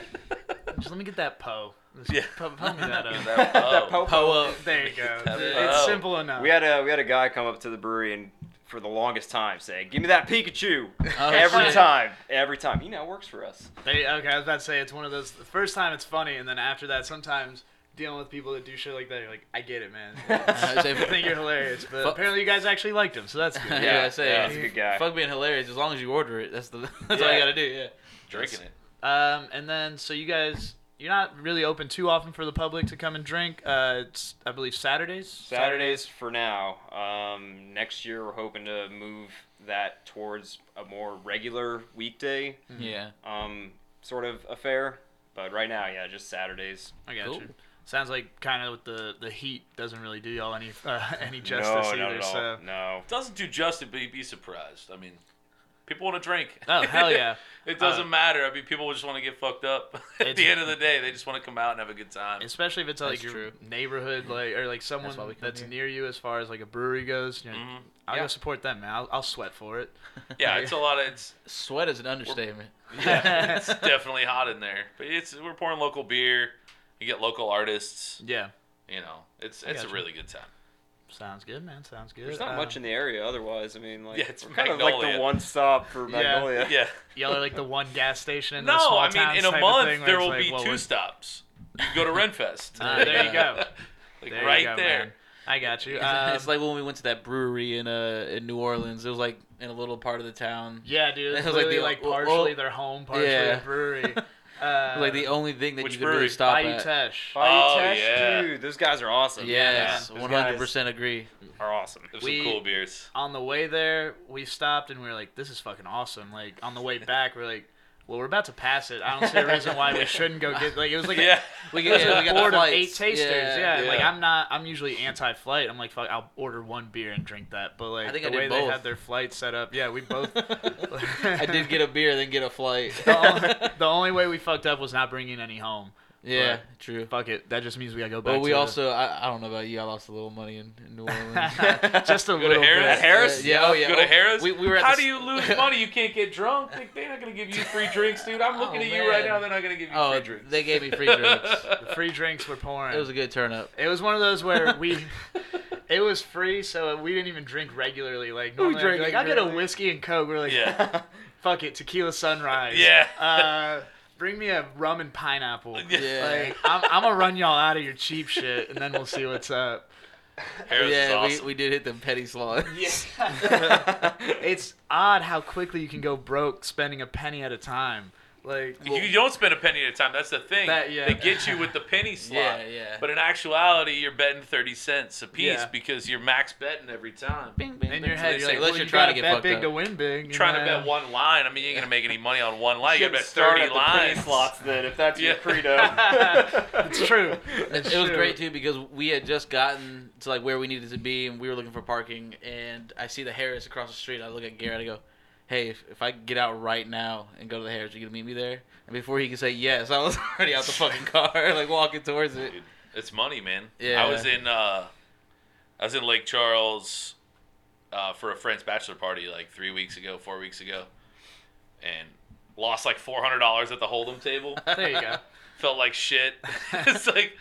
Just let me get that po. Just
Yeah.
po- po me that up.
That-
That
oh.
popo-
Poe up.
There you go.
That Oh.
It's
po.
simple enough.
We had a we had a guy come up to the brewery and for the longest time say, "Give me that Pikachu."
Oh,
every
shit.
time, every time. You know, it works for us.
They, okay, I was about to say it's one of those. The first time it's funny, and then after that, sometimes dealing with people that do shit like that, you're like, I get it, man.
I say,
I think you're hilarious, but
Fu-
apparently you guys actually liked him, so that's good.
Yeah,
yeah,
I say,
yeah, he's a good guy.
Fuck being hilarious as long as you order it. That's the that's all
Yeah.
you gotta do. Yeah.
Drinking it.
Um, and then so you guys, you're not really open too often for the public to come and drink. Uh, it's I believe Saturdays.
Saturdays for now. Um, next year, we're hoping to move that towards a more regular weekday
Hmm.
Yeah.
um, sort of affair. But right now, yeah, just Saturdays.
I got
Cool.
you. Sounds like kind of with the the heat doesn't really do y'all any uh, any
No,
justice
not
either.
at all.
So
No.
Doesn't do justice, but you'd be surprised. I mean, people want to drink.
oh hell yeah. Uh,
It doesn't matter. I mean, people just want to get fucked up. At
It's-
the end of the day, they just want to come out and have a good time.
especially if it's like
That's
your
true.
neighborhood, like or like someone
why we
that's,
come here.
near you as far as like a brewery goes. You know,
Mhm.
I'll
Yeah.
go support them, man. I'll, I'll sweat for it.
Yeah, it's a lot of it's
Sweat is an understatement.
yeah, it's definitely hot in there. But it's we're pouring local beer. You get local artists.
Yeah,
You know, it's it's a
gotcha.
really good time.
sounds good, man. Sounds good.
There's not
Uh,
much in the area otherwise. I mean, like,
Yeah, it's
we're kind of like the
Magnolia.
one stop for
Yeah.
Magnolia.
Yeah.
y'all are like the one gas station in the
No,
small
I mean
towns
in a
type of
month
thing where
there
it's
will
like,
be
well,
2
we're-
stops. You go to Renfest.
Ah, there you go.
Like
There you
right
go,
there.
man. I got you.
It's,
Um,
uh, it's like when we went to that brewery in uh in New Orleans. It was like in a little part of the town.
yeah, dude.
It
It's
was like
literally,
the-
like,
well, well-
partially their home, partially
Yeah.
their brewery.
It
Uh,
was like the only thing that
which
you could really
brewery?
stop
Bayou
at.
Tesh.
Bayou
Oh,
Teche,
yeah.
dude, those guys are awesome.
Yes,
Those
one
guys
hundred percent agree.
Are awesome.
There's
We-
some cool beers.
on the way there, we stopped and we were like, "This is fucking awesome!" Like on the way back, we are like, "Well, we're about to pass it. I don't see a reason why we shouldn't go get." Like it was like
Yeah.
We,
a, it was
yeah,
a
we got the
board of
flights.
eight tasters. Yeah,
yeah.
like I'm not. I'm usually anti-flight. I'm like, "Fuck, I'll order one beer and drink that." But like
I think
the
I did
way they
both.
had their flight set up, yeah, we both.
I did get a beer, then get a flight.
the, only, the only way we fucked up was not bringing any home.
yeah, true.
Fuck it. That just means we gotta go back.
But we
to-
also, I, I don't know about you, I lost a little money in, in New Orleans.
just a
to
little
Harris?
bit. uh,
At Harris?
Yeah, oh yeah.
Go to
Oh,
Harris.
We, we were at
How
this-
do you lose money? You can't get drunk. Like, they're not gonna give you free drinks, dude. I'm looking
Oh,
at you right
man.
now. They're not gonna give you
Oh,
free drinks.
they gave me free drinks.
The free drinks were pouring.
It was a good turn up.
It was one of those where we, it was free, so we didn't even drink regularly. Like normally, I'd be
drank
like
it
I'll get a
regularly.
whiskey and coke. We're like,
yeah.
fuck it, tequila sunrise.
Yeah.
Uh, bring me a rum and pineapple.
Yeah.
Yeah,
Like I'm, I'm gonna run y'all out of your cheap shit, and then we'll see what's up.
Harris is
yeah,
awesome.
we, we did hit them petty slots.
It's odd how quickly you can go broke spending a penny at a time. Like
you don't spend a penny at a time. That's the thing.
That- yeah.
They get you with the penny slot.
Yeah, yeah.
But in actuality, you're betting 30 cents a piece
Yeah.
because you're max betting every time.
in your head, you're
Unless
like, well,
you're
you
trying
gotta
to get
bet
fucked
big
up.
to win big. and
Trying to
then-
bet one line. I mean, you ain't going to make any money on one line. You got to bet
Start
30
at the penny
lines.
slots then, if that's your
Yeah.
credo.
It's true.
it,
It's
it was
true.
great too because we had just gotten to like where we needed to be and we were looking for parking and I see the Harris across the street. I look at Garrett. I go, "Hey, if, if I get out right now and go to the Harris, you gonna meet me there?" And before he could say yes, I was already out the fucking car, like walking towards it.
Dude, it's money, man.
Yeah.
I was in uh, I was in Lake Charles uh, for a friend's bachelor party like three weeks ago, four weeks ago, and lost like four hundred dollars at the hold'em table.
There you go.
Felt like shit. it's like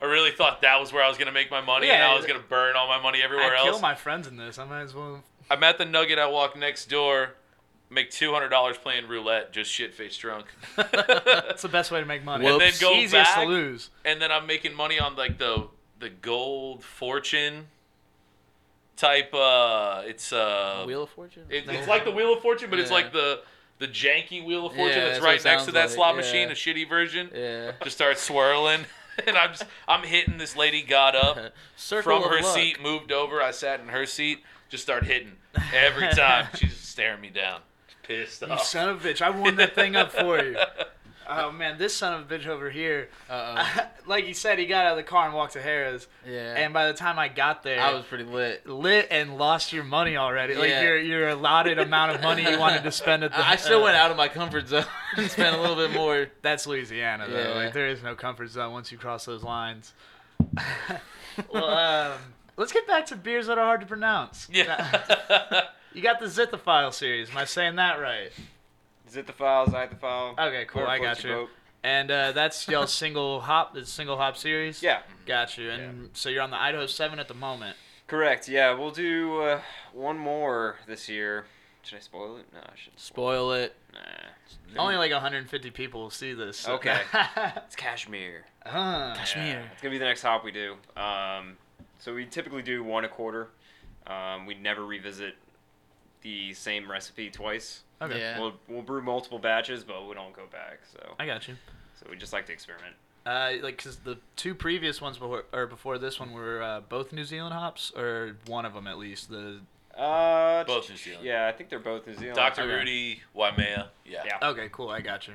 I really thought that was where I was gonna make my money, and
Yeah,
I was gonna burn all my money everywhere
I kill
else.
my friends in this. I might as well.
I'm at the Nugget. I walk next door, make two hundred dollars playing roulette, just shit face drunk.
That's the best way to make money.
And then
It's
go
easiest
back.
to lose.
and then I'm making money on like the the gold fortune type. Uh, it's uh,
Wheel of Fortune.
it- it's like the Wheel of Fortune, but it's
Yeah.
like the the janky Wheel of Fortune
Yeah,
that's
that's what
right
it
next to
sounds
that
like,
slot
yeah.
machine, a shitty version.
yeah.
Just start swirling. and I'm just, I'm hitting this lady got up
Circle
from
of
her
luck.
seat, moved over. I sat in her seat, just started hitting every time. She's just staring me down, pissed
Oh.
You
off.
son of a bitch! I warmed that thing up for you. Oh man, this son of a bitch over here.
Uh-oh.
like you said, he got out of the car and walked to Harris.
Yeah.
And by the time I got there,
I was pretty lit.
lit and lost your money already. Like
Yeah.
your your allotted amount of money you wanted to spend at the.
I I still went out of my comfort zone and spent a little bit more.
That's Louisiana though.
Yeah.
Like there is no comfort zone once you cross those lines. well, um, let's get back to beers that are hard to pronounce.
yeah.
You got the Zithophile series. Am I saying that right?
Is it the files? I the file.
Okay, cool.
Whoever
I
floats
got
your
you.
boat.
And uh, that's y'all single hop. The single hop series.
Yeah,
Got you. And so you're on the Idaho Seven at the moment.
correct. Yeah, we'll do uh, one more this year. Should I spoil it? No, I should.
Spoil it.
Nah.
Only like 150 people will see this. Uh-huh. so-
Okay. It's Kashmir.
Huh.
Kashmir.
It's gonna be the next hop we do. Um, so we typically do one a quarter. Um, we never revisit the same recipe twice.
Okay.
Yeah.
We'll we'll brew multiple batches, but we don't go back. So
I got you.
so we just like to experiment.
Uh, like, cause the two previous ones before or before this one were uh, both New Zealand hops, or one of them at least. The
Uh,
Both New Zealand.
Yeah, I think they're both New Zealand.
Dr.
Okay.
Rudy Waimea. Yeah.
Yeah.
okay, cool. I got you.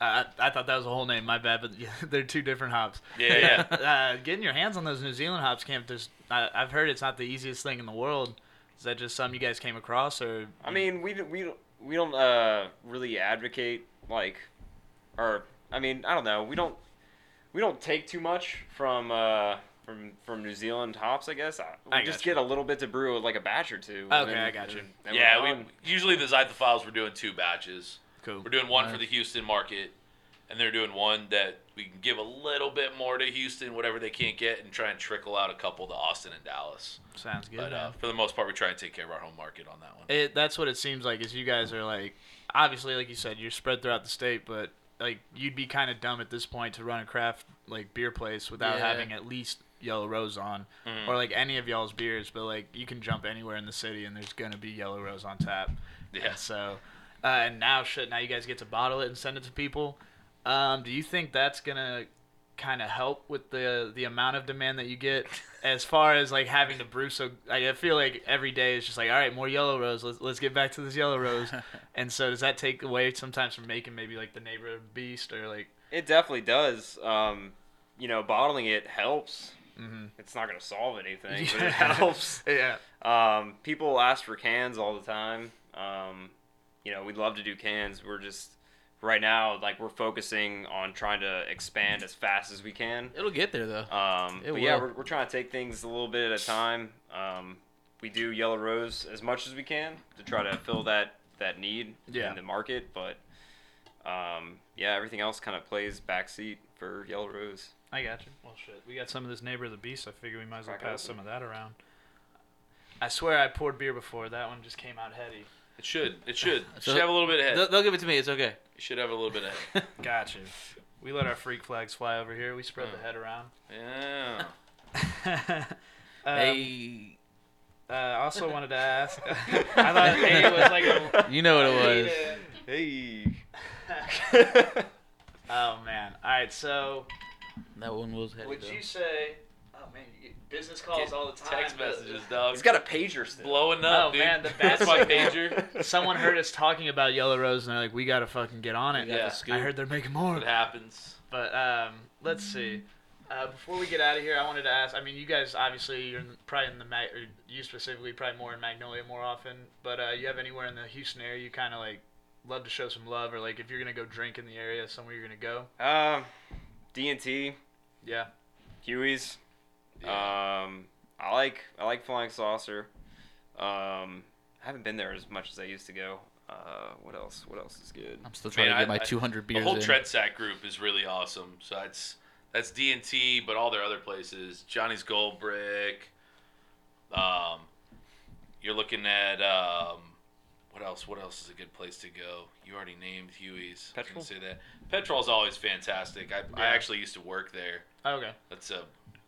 Uh, I, I thought that was a whole name. My bad, but yeah, they're two different hops.
Yeah, yeah.
uh, getting your hands on those New Zealand hops can't just. I, I've heard it's not the easiest thing in the world. Is that just something you guys came across, or
I mean, we d- we don't- we don't uh, really advocate like, or I mean, I don't know. We don't we don't take too much from uh, from from New Zealand hops. I guess I, we
I
just
gotcha.
get a little bit to brew like a batch or two. and
Okay, I gotcha.
and then we're
Yeah, we
done.
usually the Xylophiles we're doing two batches.
cool?
We're doing one for
Nice.
the Houston market, and they're doing one that we can give a little bit more to Houston, whatever they can't get, and try and trickle out a couple to Austin and Dallas.
Sounds good.
But uh,
man.
for the most part, we try and take care of our home market on that one.
It, that's what it seems like. Is you guys are like, obviously, like you said, you're spread throughout the state, but like you'd be kind of dumb at this point to run a craft like beer place without
Yeah.
having at least Yellow Rose on, or like any of y'all's beers. But like you can jump anywhere in the city, and there's gonna be Yellow Rose on tap.
Yeah.
And so, uh, and now shit, now you guys get to bottle it and send it to people. Um, do you think that's gonna kind of help with the the amount of demand that you get as far as like having to brew so like, i feel like every day is just like all right more yellow rose let's, let's get back to this yellow rose and so does that take away sometimes from making maybe like the neighborhood beast or like
It definitely does. Um, you know, bottling it helps. It's not gonna solve anything,
Mm-hmm.
but
Yeah.
it helps.
yeah
Um, people ask for cans all the time. Um, you know, we'd love to do cans. We're just right now like we're focusing on trying to expand as fast as we can.
It'll get there though.
Um,
It
but yeah,
will.
we're, we're trying to take things a little bit at a time. Um, we do Yellow Rose as much as we can to try to fill that that need
Yeah.
in the market, but um, yeah, everything else kind of plays backseat for Yellow Rose.
i got you well shit we got some of this neighbor of the beast i figure we might as well
Crack
pass
open.
some of that around i swear i poured beer before that one just came out heady
It should. It should. It
So-
should have a little bit of head.
They'll, they'll give it to me. It's okay.
It should have a little bit of head.
got you we let our freak flags fly over here we spread the head around
Yeah.
Um,
hey,
Uh, I also wanted to ask. I thought hey was like a.
you know what it was.
Hey.
Oh man! All right, so
That one was heavy.
would
though.
you say? Oh man, you get business calls all the time.
Text
but-
messages, dog.
He's got a pager still.
blowing up,
Oh,
dude.
man, the
That's my
best-
pager.
Someone heard us talking about Yellow Rose, and they're like, "We gotta fucking get on it."
We got the
Yeah,
scoop.
I heard they're making more.
It happens.
But um, let's see. Uh, before we get out of here, I wanted to ask. I mean, you guys obviously you're in- probably in the Mag- or you specifically probably more in Magnolia more often. But uh, you have anywhere in the Houston area you kind of like love to show some love, or like if you're gonna go drink in the area, somewhere you're gonna go.
Um, D and T,
Yeah.
Huey's.
Yeah.
Um, I like I like Flying Saucer. Um, I haven't been there as much as I used to go. Uh, what else? What else is good?
I'm still trying
Man,
to get
I-
my
I-
200 beers
the whole
in.
Tread Sack group is really awesome. So that's that's D and T, but all their other places, Johnny's Gold Brick. Um, you're looking at um, what else? What else is a good place to go? You already named Huey's. I was gonna
Petrol?
say that. Petrol's always fantastic. I, I
Yeah.
actually used to work there.
Okay.
That's a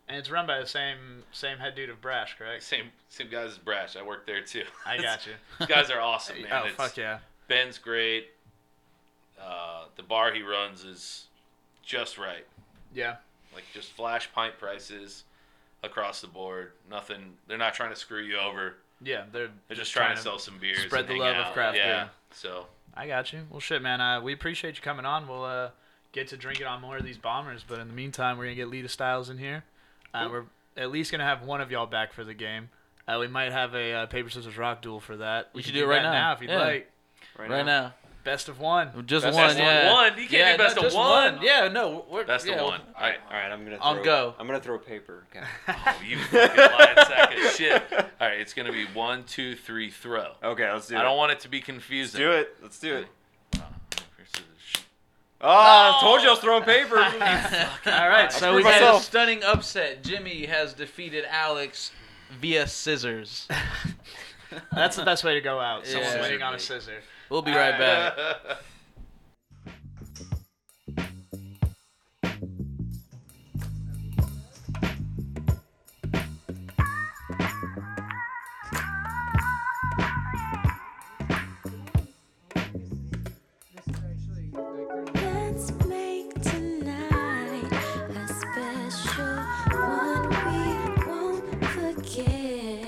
And it's run by the same same head dude of Brash, correct?
same same guys as Brash. I worked there too.
I got you.
These guys are awesome, man.
oh
It's-
fuck yeah!
Ben's great. Uh, the bar he runs is just right.
Yeah.
Like just flash pint prices across the board. Nothing. They're not trying to screw you over.
Yeah, they're
They're just trying to sell some beers.
spread
and
the
hang
love of
out.
craft
yeah.
beer.
So
I got you. Well, shit, man. Uh, we appreciate you coming on. We'll uh, get to drinking on more of these bombers, but in the meantime, we're gonna get Lita Styles in here. Uh, We're at least gonna have one of y'all back for the game. Uh, we might have a uh, paper scissors rock duel for that.
We
can
should do it right
that
now.
if you'd
Yeah.
like.
Right now,
Best of one.
just
Best
one.
of
yeah.
one. You can't do
yeah, no,
best of
just
one.
Yeah, no. We're,
that's
yeah,
the one.
All right, all right. I'm gonna throw,
On go.
I'm gonna throw paper. Okay.
Oh, you fucking lying sack of shit. All right, it's gonna be one, two, three, throw.
okay, let's do
I
it.
don't want it to be
Let's
confusing.
do it. Let's do it.
All
Oh, I told you I was throwing paper.
All right, so
So
screwed
we had a
myself.
stunning upset. Jimmy has defeated Alex via scissors.
that's the best way to go out. Someone
Yeah.
winning on a scissor.
We'll be right back.
Let's make tonight a special one we won't forget.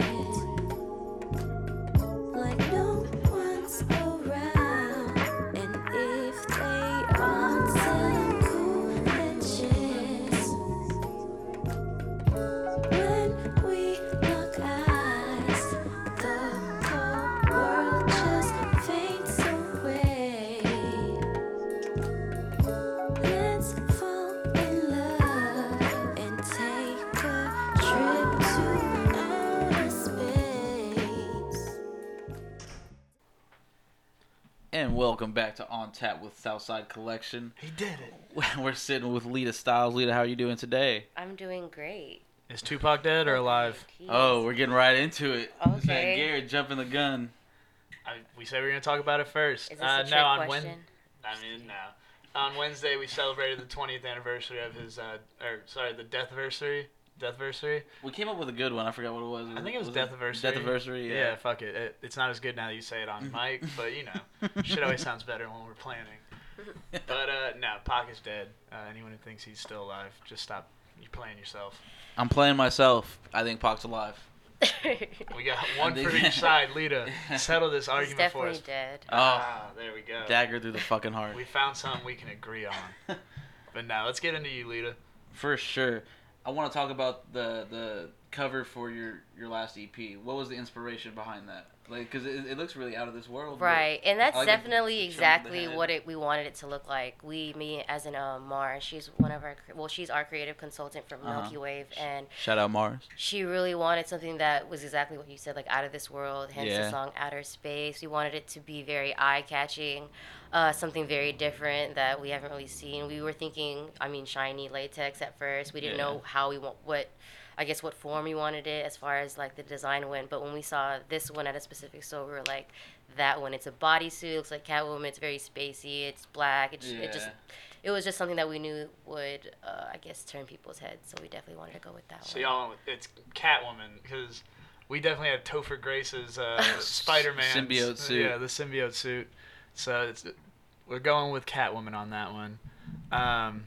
Like no one's around, and if they aren't, tell cool legends. When we lock eyes, the whole world just fades away. Let's fall in love and take a trip to outer space.
And welcome back to On Tap with Southside Collection.
He did it.
We're sitting with Lita Styles. Lita, how are you doing today?
I'm doing great.
Is Tupac dead or alive?
Jeez.
Oh, we're getting right into it. It's that
Okay.
Garrett jumping the gun.
I, we said we were gonna talk about it first.
Is this
uh,
a
no,
trick
on Wed-
question?
I mean, no. On Wednesday, we celebrated the 20th anniversary of his, uh, or sorry, the death anniversary. Death anniversary.
We came up with a good one. I forgot what it was.
I think it was death anniversary.
Death anniversary.
Yeah.
Yeah.
fuck it. it. It's not as good now that you say it on mic, but you know, shit always sounds better when we're planning. But uh, no, Pac is dead. Uh, anyone who thinks he's still alive, just stop. You're playing yourself.
I'm playing myself. I think Pac's alive.
We got one for
think-
each side. Lita, settle this
He's
argument for
definitely
us.
dead.
Oh,
Ah, there we go.
dagger through the fucking heart.
We found something we can agree on. but now let's get into you, Lita.
For sure. I want to talk about the the cover for your your last EP. What was the inspiration behind that? Like, cause it, it looks really out of this world. but-
Right, and that's
I like it-
definitely
it's chopped in the
exactly
head.
what it we wanted it to look like. We, me, as in uh, Mar, she's one of our cre- well, she's our creative consultant from
Uh-huh.
Milky Wave, and
Shout out Mars.
she really wanted something that was exactly what you said, like out of this world. Hence
Yeah.
the song "Outer Space." We wanted it to be very eye catching, uh, something very different that we haven't really seen. We were thinking, I mean, shiny latex at first. We didn't
Yeah.
know how we want what. I guess what form we wanted it as far as like the design went, but when we saw this one at a specific store, we were like, that one. It's a bodysuit. Looks like Catwoman. It's very spacey. It's black. It, it just, it was just something that we knew would, uh, I guess, turn people's heads. So we definitely wanted to go with that
So
one.
y'all, it's Catwoman because we definitely had Topher Grace's uh, Spider-Man
Symbiote suit.
Yeah, the symbiote suit. So it's, we're going with Catwoman on that one. Um,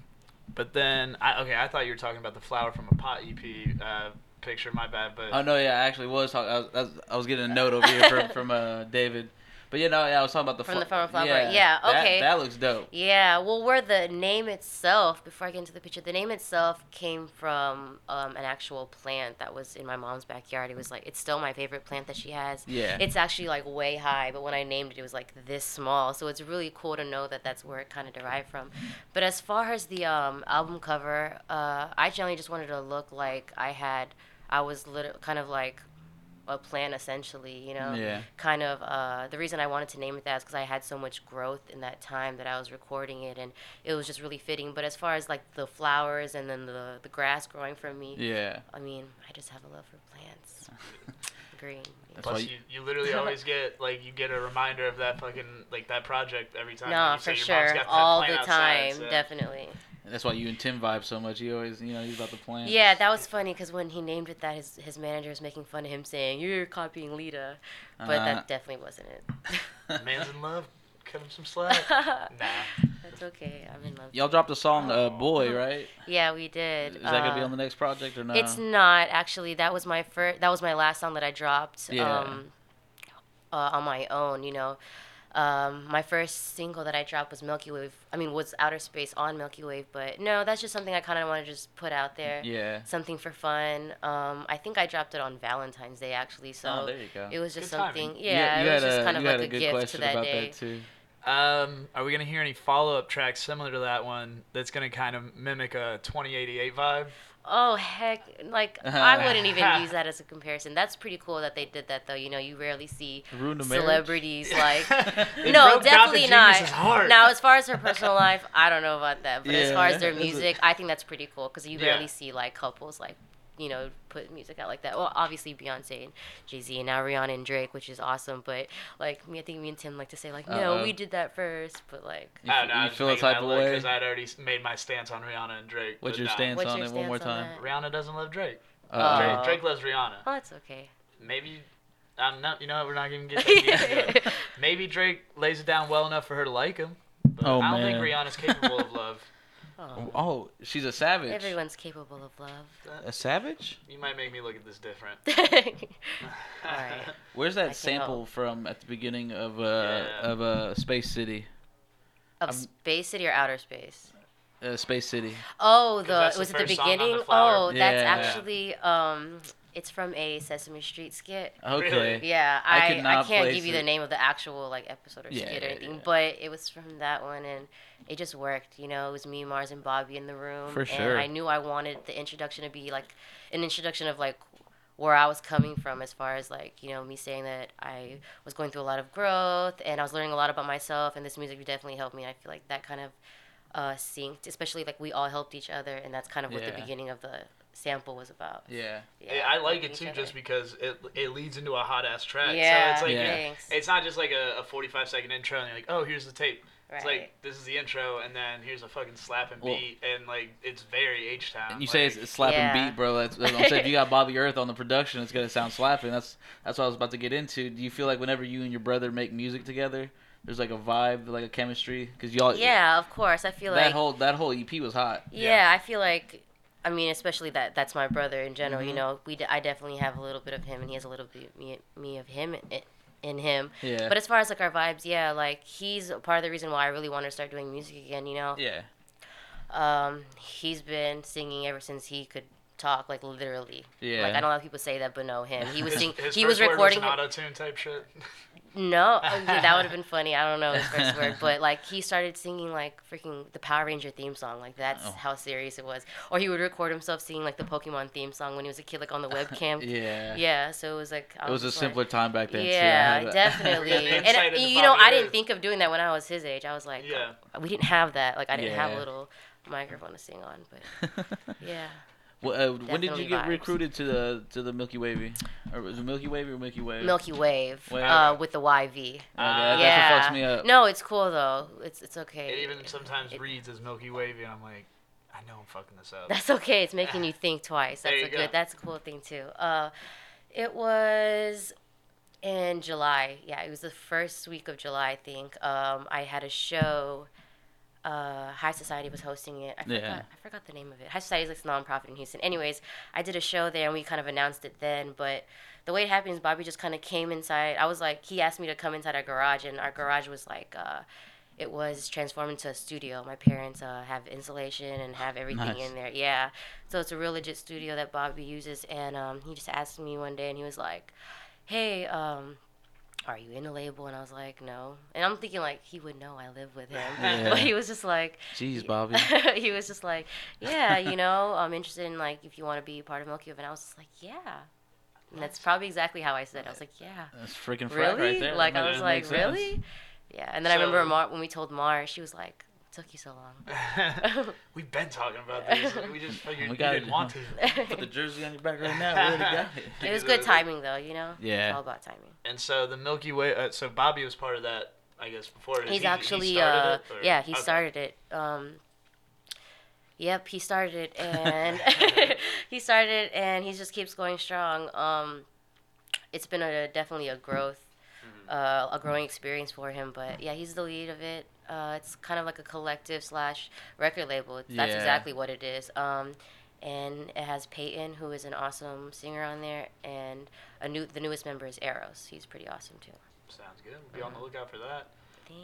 but then, I, okay, I thought you were talking about the flower from a pot EP uh, picture. My bad, but
Oh no, yeah, I actually was talking. I was, I was, I was getting a note over here from from uh, David, but you know, yeah, I was talking about the
From the
fl-
Farmer Flower, yeah,
that-
okay.
that, looks dope.
Yeah, well, where the name itself, before I get into the picture, the name itself came from um, an actual plant that was in my mom's backyard. It was like, it's still my favorite plant that she has.
Yeah.
It's actually like way high, but when I named it, it was like this small. So it's really cool to know that that's where it kind of derived from. But as far as the um, album cover, uh, I generally just wanted to look like I had, I was lit- kind of like a plant essentially, you know?
Yeah.
kind of uh, the reason I wanted to name it that is because I had so much growth in that time that I was recording it, and it was just really fitting. But as far as like the flowers and then the the grass growing from me,
Yeah,
I mean, I just have a love for plants. Green.
That's why
plus
you-
you, you literally always get like you get a reminder of that fucking like that project every time.
No,
you say
for
your mom's
sure,
got that
all the
plant
time,
outside, so-
definitely.
that's why you and Tim vibe so much. You always, you know, he's about the plan.
Yeah, that was funny because when he named it that, his his manager was making fun of him saying you're copying Lita, but
Uh,
that definitely wasn't it.
Man's in love. Cut him some slack. nah.
That's okay. I'm in love.
Y'all dropped a song, uh, "Boy," right?
Yeah, we did.
Is that gonna be
Uh,
on the next project or not?
It's not actually. That was my first. That was my last song that I dropped.
Yeah.
Um, uh, on my own, you know. Um, my first single that I dropped was Milky Wave. I mean, was Outer Space on Milky Wave, but no, that's just something I kind of want to just put out there.
Yeah.
Something for fun. Um, I think I dropped it on Valentine's Day actually, so
oh, there you go.
it was just
Good timing.
something. Yeah, it was just kind of
you
like
had
a,
good
gift to
question
that
about
day.
that too.
Um, are we gonna hear any follow-up tracks similar to that one? That's gonna kind of mimic a 2088 vibe.
Oh heck! Like I wouldn't even use that as a comparison. That's pretty cool that they did that, though. You know, you rarely see
Ruined a marriage?
celebrities like.
It
no,
broke down the
definitely not.
genius's heart.
Now, as far as her personal life, I don't know about that. But as far
Yeah,
as their
that's a-
music, I think that's pretty cool because you
Yeah.
rarely see like couples like you know put music out like that. Well, obviously Beyonce and Jay Z and now Rihanna and Drake, which is awesome. But like me, I think me and Tim like to say like, no,
Uh-oh.
we did that first. But like,
You,
I
f-
don't know, Oh, I
you
was
feel a
making that
type of
look
way?
'cause I'd already s- made my stance on Rihanna and Drake.
What's
but
your
nah.
stance Oh.
what's
on
your
it one more
stance on
time?
that?
Rihanna doesn't love Drake.
Uh,
Drake, Drake loves Rihanna.
Oh, that's okay.
Maybe I'm not. You know, we're not gonna get that deep. Maybe Drake lays it down well enough for her to like him. But
Oh,
I don't
man.
think Rihanna's capable of love.
Oh,
oh, she's a savage.
everyone's capable of love.
A savage?
You might make me look at this different.
All right.
Where's
I
that
can
sample from at the beginning of uh
Yeah.
of uh Space City?
Of
I'm-
space city or outer space?
Uh, Space City.
Oh,
'Cause
the
that's the
was it the
first song on the
beginning?
flower.
oh, that's
Yeah.
actually um, it's from a Sesame Street skit.
Okay.
Really?
Yeah,
I
I
could
I,
not
can't
place
give you the
it.
name of the actual like episode or
Yeah,
skit or
yeah,
anything,
yeah.
but it was from that one and it just worked. You know, it was me, Mars, and Bobby in the room.
For
And
sure.
I knew I wanted the introduction to be like an introduction of like where I was coming from as far as like, you know, me saying that I was going through a lot of growth and I was learning a lot about myself and this music definitely helped me. I feel like that kind of uh synced, especially like we all helped each other and that's kind of what
Yeah.
the beginning of the sample was about.
Yeah.
Yeah, I like
helping
it
each
too,
other.
just because it it leads into a hot ass track.
Yeah,
so it's like
Yeah.
thanks.
it's not just like a, a 45 second intro and you're like, oh, here's the tape. It's
Right.
like this is the intro and then here's a fucking slap and
Well-
beat and like it's very H Town.
And you say it's, it's slapping
Yeah.
beat, bro. That's, that's what I'm saying. If you got Bobby Earth on the production, it's gonna sound slapping. That's that's what I was about to get into. Do you feel like whenever you and your brother make music together, there's like a vibe, like a chemistry? Because y'all,
Yeah, of course. I feel
Oh, that
like
whole that whole EP was hot.
yeah,
Yeah.
I feel like I mean, especially that that's my brother in general.
Mm-hmm.
You know, we d- I definitely have a little bit of him, and he has a little bit of me, me of him i- in him.
Yeah.
But as far as like our vibes, yeah, like he's part of the reason why I really want to start doing music again. You know,
yeah.
um, he's been singing ever since he could talk, like literally.
Yeah.
Like I don't know if people say that, but no, him. He was
his,
singing.
his
He was
first
recording.
word was an auto tune type shit.
No, oh, yeah, that would have been funny. I don't know his first word, but like he started singing like freaking the Power Ranger theme song. Like that's
Oh.
how serious it was. Or he would record himself singing like the Pokemon theme song when he was a kid, like on the webcam.
Yeah.
Yeah, so it was like I
It was a
just like-
simpler time back then. too. I
Yeah,
had a-
definitely.
Yeah, the
and
insight
uh,
into
you know,
Bobby
I didn't
Earth.
think of doing that when I was his age. I was like, "Oh,
Yeah.
we didn't have that. Like I didn't have
Yeah.
a little microphone to sing on, but yeah.
well, uh, when did
Definitely
you get
vibes.
recruited to the to the Milky Wavy, or was it Milky Wavy or Milky Wave?
Milky Wave
Wave.
uh, with the YV.
Okay, that-
yeah.
That's what fucks me up.
No, it's cool though. It's it's okay.
It even sometimes
It-
reads as Milky Wavy, and I'm like, I know I'm fucking this up.
That's okay. It's making you think twice.
There
That's
you
a
go.
good. That's a cool thing too. Uh, it was in July. Yeah, it was the first week of July. I think um, I had a show. Uh, High Society was hosting it. I forgot,
Yeah.
I forgot the name of it. High Society is like a nonprofit in Houston. Anyways, I did a show there and we kind of announced it then. But the way it happened is Bobby just kind of came inside. I was like, he asked me to come inside our garage, and our garage was like, uh, it was transformed into a studio. My parents uh, have insulation and have everything
Nice.
in there. Yeah. So it's a real legit studio that Bobby uses. And um, he just asked me one day and he was like, hey, um, are you in a label? And I was like, no. And I'm thinking, like, he would know I live with him.
Yeah.
But he was just like,
Jeez, Bobby.
he was just like, yeah, you know, I'm interested in, like, if you want to be part of Milky Way. And I was just like, yeah. And that's probably exactly how I said it. I was like, yeah.
That's freaking frack
Really?
right there.
Like,
That
I was
makes
like,
sense.
really? Yeah. And then I remember
So-
Mar- when we told Mar, she was like, took you so long.
We've been talking about this. We just figured
We
we
gotta
didn't
do-
want to.
Put the jersey on your back right now. We already got it.
it was good timing, though, you know?
Yeah.
It's all about timing.
And so the Milky Way. Uh, so Bobby was part of that, I guess, before.
he's
he,
actually
He
uh
started it, or-
yeah he
okay.
started it um yep he started it and he started it and he just keeps going strong um it's been a definitely a growth
Mm-hmm.
uh, a growing experience for him. But yeah, he's the lead of it. Uh, it's kind of like a collective slash record label. That's
Yeah.
exactly what it is. Um, and it has Peyton, who is an awesome singer on there, and a new the newest member is Eros. He's pretty awesome too.
Sounds good. We'll be on the lookout for that.
Thanks.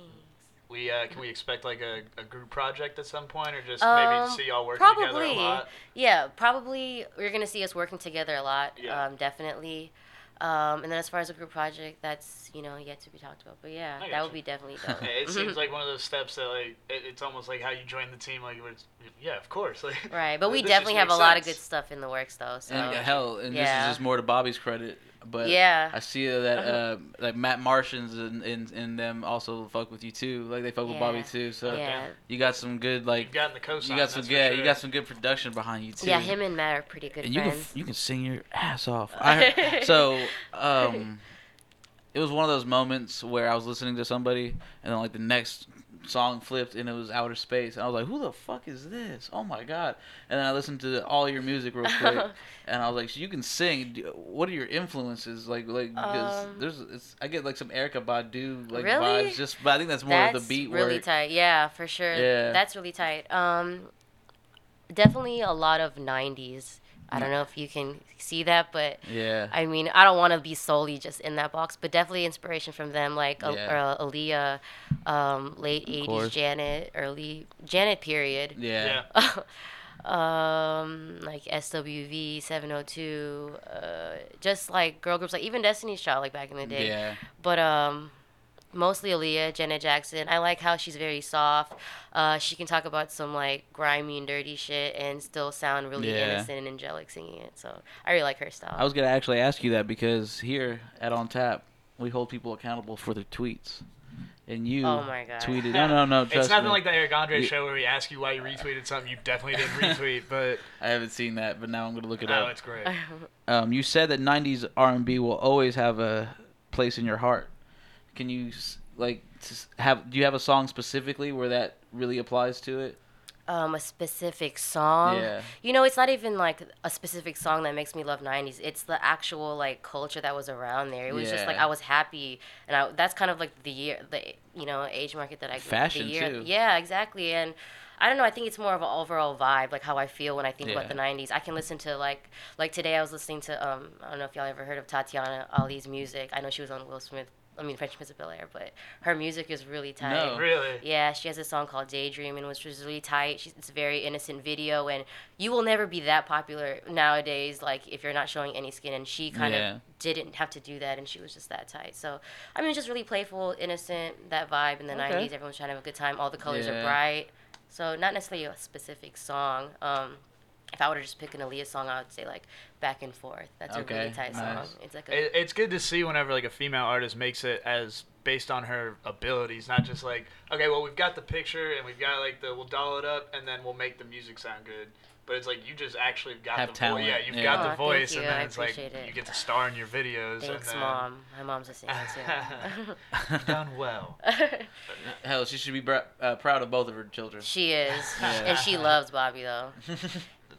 We uh, can we expect like a, a group project at some point, or just
Um,
maybe see y'all working together a
probably.
lot?
Yeah, probably you're gonna see us working together a lot.
Yeah.
Um, definitely. Um, and then as far as a group project, that's you know yet to be talked about. But yeah,
I
that
gotcha.
would be definitely dope.
Yeah, it seems like one of those steps that like it, it's almost like how you join the team. Like, where it's, yeah, of course. Like,
right, but we
this just
definitely have a
makes
lot of good
sense.
stuff in the works though. So
And hell, and this
Yeah.
is just more to Bobby's credit, but
yeah, Uh-huh.
I see that uh, like Matt Martians and, and and them also fuck with you too. Like they fuck with Bobby
Yeah.
too. So
yeah,
you got some good like
You've gotten the cosign.
you got some
that's for
yeah
sure.
you got some good production behind you too.
yeah. Him and Matt are pretty good
and you can
friends.
you can sing your ass off. I heard, so um,
it was one of those moments where I was listening to somebody and then like the next song flipped and it was outer space and I was like, Who the fuck is this? Oh my god. And then I listened to all your music real quick and I was like, so you can sing. Do- What are your influences? Like like because
Um,
there's it's, I get like some Erica Badu like
Really?
vibes just but I think that's more
that's
of the beat
really
work.
tight. Yeah, for sure.
Yeah.
That's really tight. Um, definitely a lot of '90s. I don't know if you can see that, but
Yeah.
I mean, I don't want to be solely just in that box, but definitely inspiration from them, like Al-
Yeah.
uh, Aaliyah, um, late '80s
course.
Janet, early Janet period.
yeah.
Yeah.
um, like SWV, 702, uh, just like girl groups, like even Destiny's Child, like back in the day.
Yeah.
But um, mostly Aaliyah, Janet Jackson. I like how she's very soft. Uh, she can talk about some like grimy and dirty shit and still sound really
Yeah.
innocent and angelic singing it. So I really like her style.
I was gonna actually ask you that because here at On Tap, we hold people accountable for their tweets, and you
Oh my God.
tweeted. No, no, no. Trust
It's nothing
me.
like the Eric Andre
You-
show where we ask you why you retweeted something you definitely didn't retweet, but
I haven't seen that, Oh, but now I'm gonna look it
no,
up.
it's great.
Um, you said that '90s R&B will always have a place in your heart. Can you s- like s- have? Do you have a song specifically where that really applies to it?
um, a specific song.
Yeah.
You know, it's not even like a specific song that makes me love '90s. It's the actual like culture that was around there. It was just like
Yeah.
I was happy, and I, that's kind of like the year, the you know, age market that I grew-
Fashion,
the year.
too.
Yeah, exactly. And I don't know. I think it's more of an overall vibe, like how I feel when I think
Yeah.
about the '90s. I can listen to like like today I was listening to um I don't know if y'all ever heard of Tatiana Ali's music. I know she was on Will Smith. I mean, French Prince of Bel Air, but her music is really tight.
No.
Really?
Yeah, she has a song called Daydream, and which was really tight. She's, it's a very innocent video, and you will never be that popular nowadays, like if you're not showing any skin. And she kind
Yeah.
of didn't have to do that, and she was just that tight. So, I mean, just really playful, innocent, that vibe in the
Okay.
90s. Everyone's trying to have a good time. All the colors
Yeah.
are bright. So, not necessarily a specific song. Um, if I were to just pick an Aaliyah song, I would say like Back and Forth. That's a
Okay,
really tight
nice.
song. It's like a
It, it's good to see whenever like a female artist makes it as based on her abilities, not just like okay, well we've got the picture and we've got like the we'll doll it up and then we'll make the music sound good. But it's like you just actually got
Have
the
talent,
voice. Yeah, you've
yeah.
got
Aw,
the
Oh, thank
voice, and
you,
then
I
it's like
appreciate it.
you get to star in your videos.
thanks,
and then
mom. My mom's a singer too.
You've done well.
Hell, she should be br- uh, proud of both of her children.
She is,
Yeah.
and she loves Bobby though.
Uh,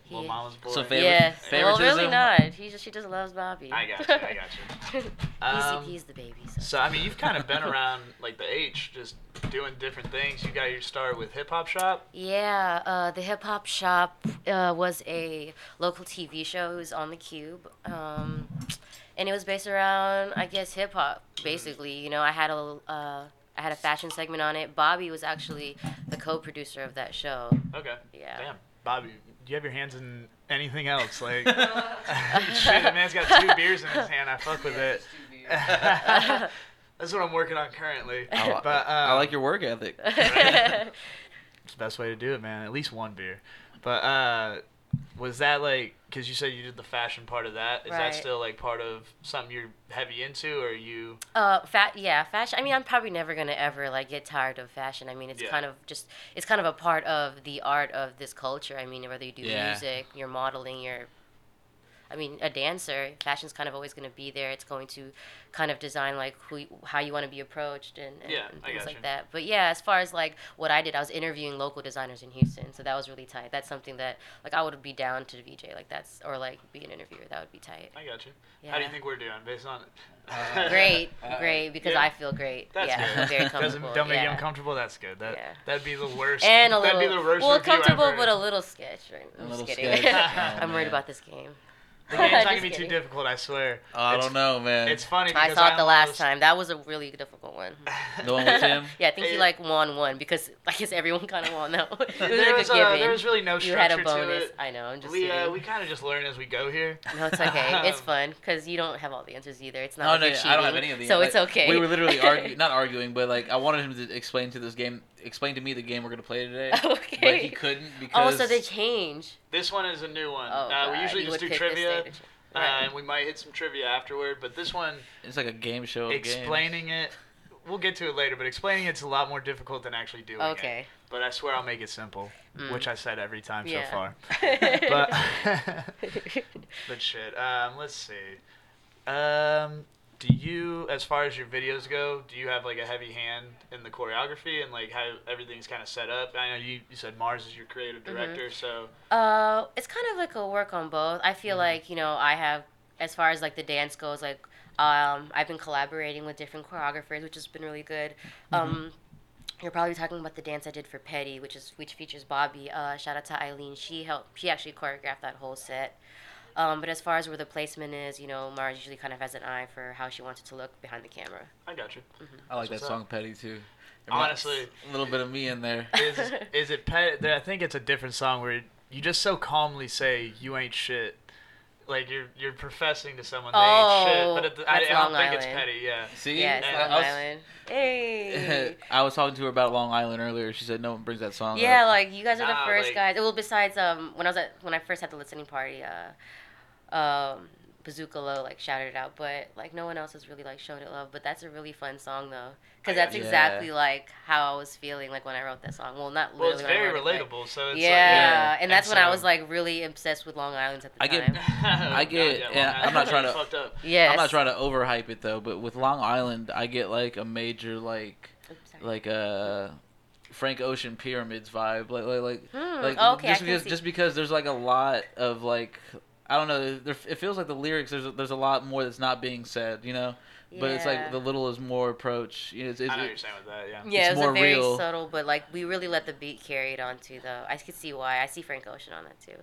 Well,
He-
mama's boy.
So favorite-
Yes. Well, really
favoritism?
not. He just, she just loves Bobby.
I got you. I got
you. he's,
Um,
he's the baby.
you.
So.
So I mean, you've kind of been around like the H, just doing different things. You got your start with Hip Hop Shop.
Yeah, uh, the Hip Hop Shop uh, was a local TV show. It was on the Cube, um, and it was based around, I guess, hip hop. Basically, you know, I had a l- uh, I had a fashion segment on it. Bobby was actually the co-producer of that show.
Okay.
Yeah.
Damn, Bobby, do you have your hands in anything else? Like, shit, the man's got two beers in his hand. I fuck with it. That's what I'm working on currently.
I,
Oh,
li-
but um,
I like your work ethic.
it's the best way to do it, man. At least one beer. But uh, was that like? Because you said you did the fashion part of that. Is
Right.
that still like part of something you're heavy into, or are you?
Uh, fat, yeah, fashion. I mean, I'm probably never gonna ever like get tired of fashion. I mean, it's
Yeah.
kind of just, it's kind of a part of the art of this culture. I mean, whether you do
Yeah.
music, your modeling, your, I mean, a dancer, fashion's kind of always going to be there. It's going to kind of design like who, y- how you want to be approached and, and,
Yeah,
and
I
things
gotcha.
like that. But yeah, as far as like what I did, I was interviewing local designers in Houston, so that was really tight. That's something that like I would be down to VJ, like that's or like be an interviewer. That would be tight.
I got you.
Yeah.
How do you think we're doing based on uh, it?
great, great, because
yeah.
I feel great.
That's
yeah,
good.
I'm very
Doesn't,
comfortable.
don't make you
yeah.
uncomfortable. That's good. That
Yeah.
that'd be the worst.
And a
that'd
little,
be the worst.
well,
review
comfortable,
ever.
but a little sketch. Right? I'm
little
just kidding.
sketch. Oh,
I'm
man.
worried about this game.
the game's not
Just
gonna be too
kidding.
difficult. I swear.
I
It's-
don't know, man.
It's funny.
I
because
saw it the last
almost-
time. That was a really difficult one.
the one with him.
yeah, I think
It-
he like won one because I guess everyone kind of won that one. It was
There
like
was,
a
uh,
given.
there was really no
you
structure
had a
to
bonus.
it.
I know. I'm just
we
kidding.
uh, we kind of just learn as we go here.
No, it's okay. it's fun because you don't have all the answers either. It's not.
No,
like
Oh, no,
you're
I don't have
cheating,
any of these.
So
Like,
it's okay.
We were literally arguing, not arguing, but like I wanted him to explain to this game, explain to me the game we're gonna play today,
okay.
but he couldn't because
oh, so they change.
This one is a new one.
Oh,
uh, we
God,
usually
you
just do
would pick this
trivia,
later.
uh,
Right.
and we might hit some trivia afterward. But this one,
it's like a game show. of games.
explaining it, we'll get to it later. But explaining it's a lot more difficult than actually doing it.
okay.
But I swear I'll make it simple,
Mm.
which I said every time
Yeah.
so far. But but shit. Um, let's see. Um, do you, as far as your videos go, do you have like a heavy hand in the choreography and like how everything's kind of set up? I know you, you said Mars is your creative
Mm-hmm.
director, so
Uh, it's kind of like a work on both. I
Mm-hmm.
feel like you know I have, as far as like the dance goes, like um, I've been collaborating with different choreographers, which has been really good.
Mm-hmm.
Um, you're probably talking about the dance I did for Petty, which is which features Bobby. Uh, shout out to Eileen. She helped. She actually choreographed that whole set. Um, but as far as where the placement is, you know, Mars usually kind of has an eye for how she wants it to look behind the camera.
I got you.
I like that
That's what's
song, Petty too. It reminds-
Honestly,
a little bit of me in there.
is is it pet? I think it's a different song where you just so calmly say you ain't shit. Like you're you're professing to someone they ain't shit,
Oh,
but at the, I, I
that's
don't
Long
think it's
Island.
petty. Yeah.
See,
Yeah, it's
and
Long
I, I
Island. Hey.
was, I was talking to her about Long Island earlier. She said no one brings that song.
Yeah,
up.
like you guys are
Nah,
the first
like-
guys. Well, besides um, when I was at when I first had the listening party, uh, um, Bazooka Low like shouted it out, but like no one else has really like shown it love. But that's a really fun song though,
I
because that's
gotcha.
Yeah.
exactly like how I was feeling like when I wrote that song. Well, not
Well,
literally.
it's
when I
very
wrote it, but-
relatable. So it's
yeah,
Yeah.
Like,
and that's
And
when I
so-
was like really obsessed with Long Islands at the
I get-
time.
I
get- yeah, I'm not trying to-
Fucked up.
Yes.
I'm not trying to overhype it though, but with Long Island, I get like a major like
Oops, sorry.
like a Frank Ocean pyramids vibe. Like like like,
Hmm,
like
okay,
just
I can
because
see.
just because there's like a lot of like I don't know. There, it feels like the lyrics. There's a, there's a lot more that's not being said, you know. But it's
Yeah.
like the little is more approach. You know, it's,
I
it's,
know what you're saying with that. Yeah.
Yeah,
It's
it was
more
a very
real.
subtle, but like we really let the beat carry it on too, though. I could see why. I see Frank Ocean on that too.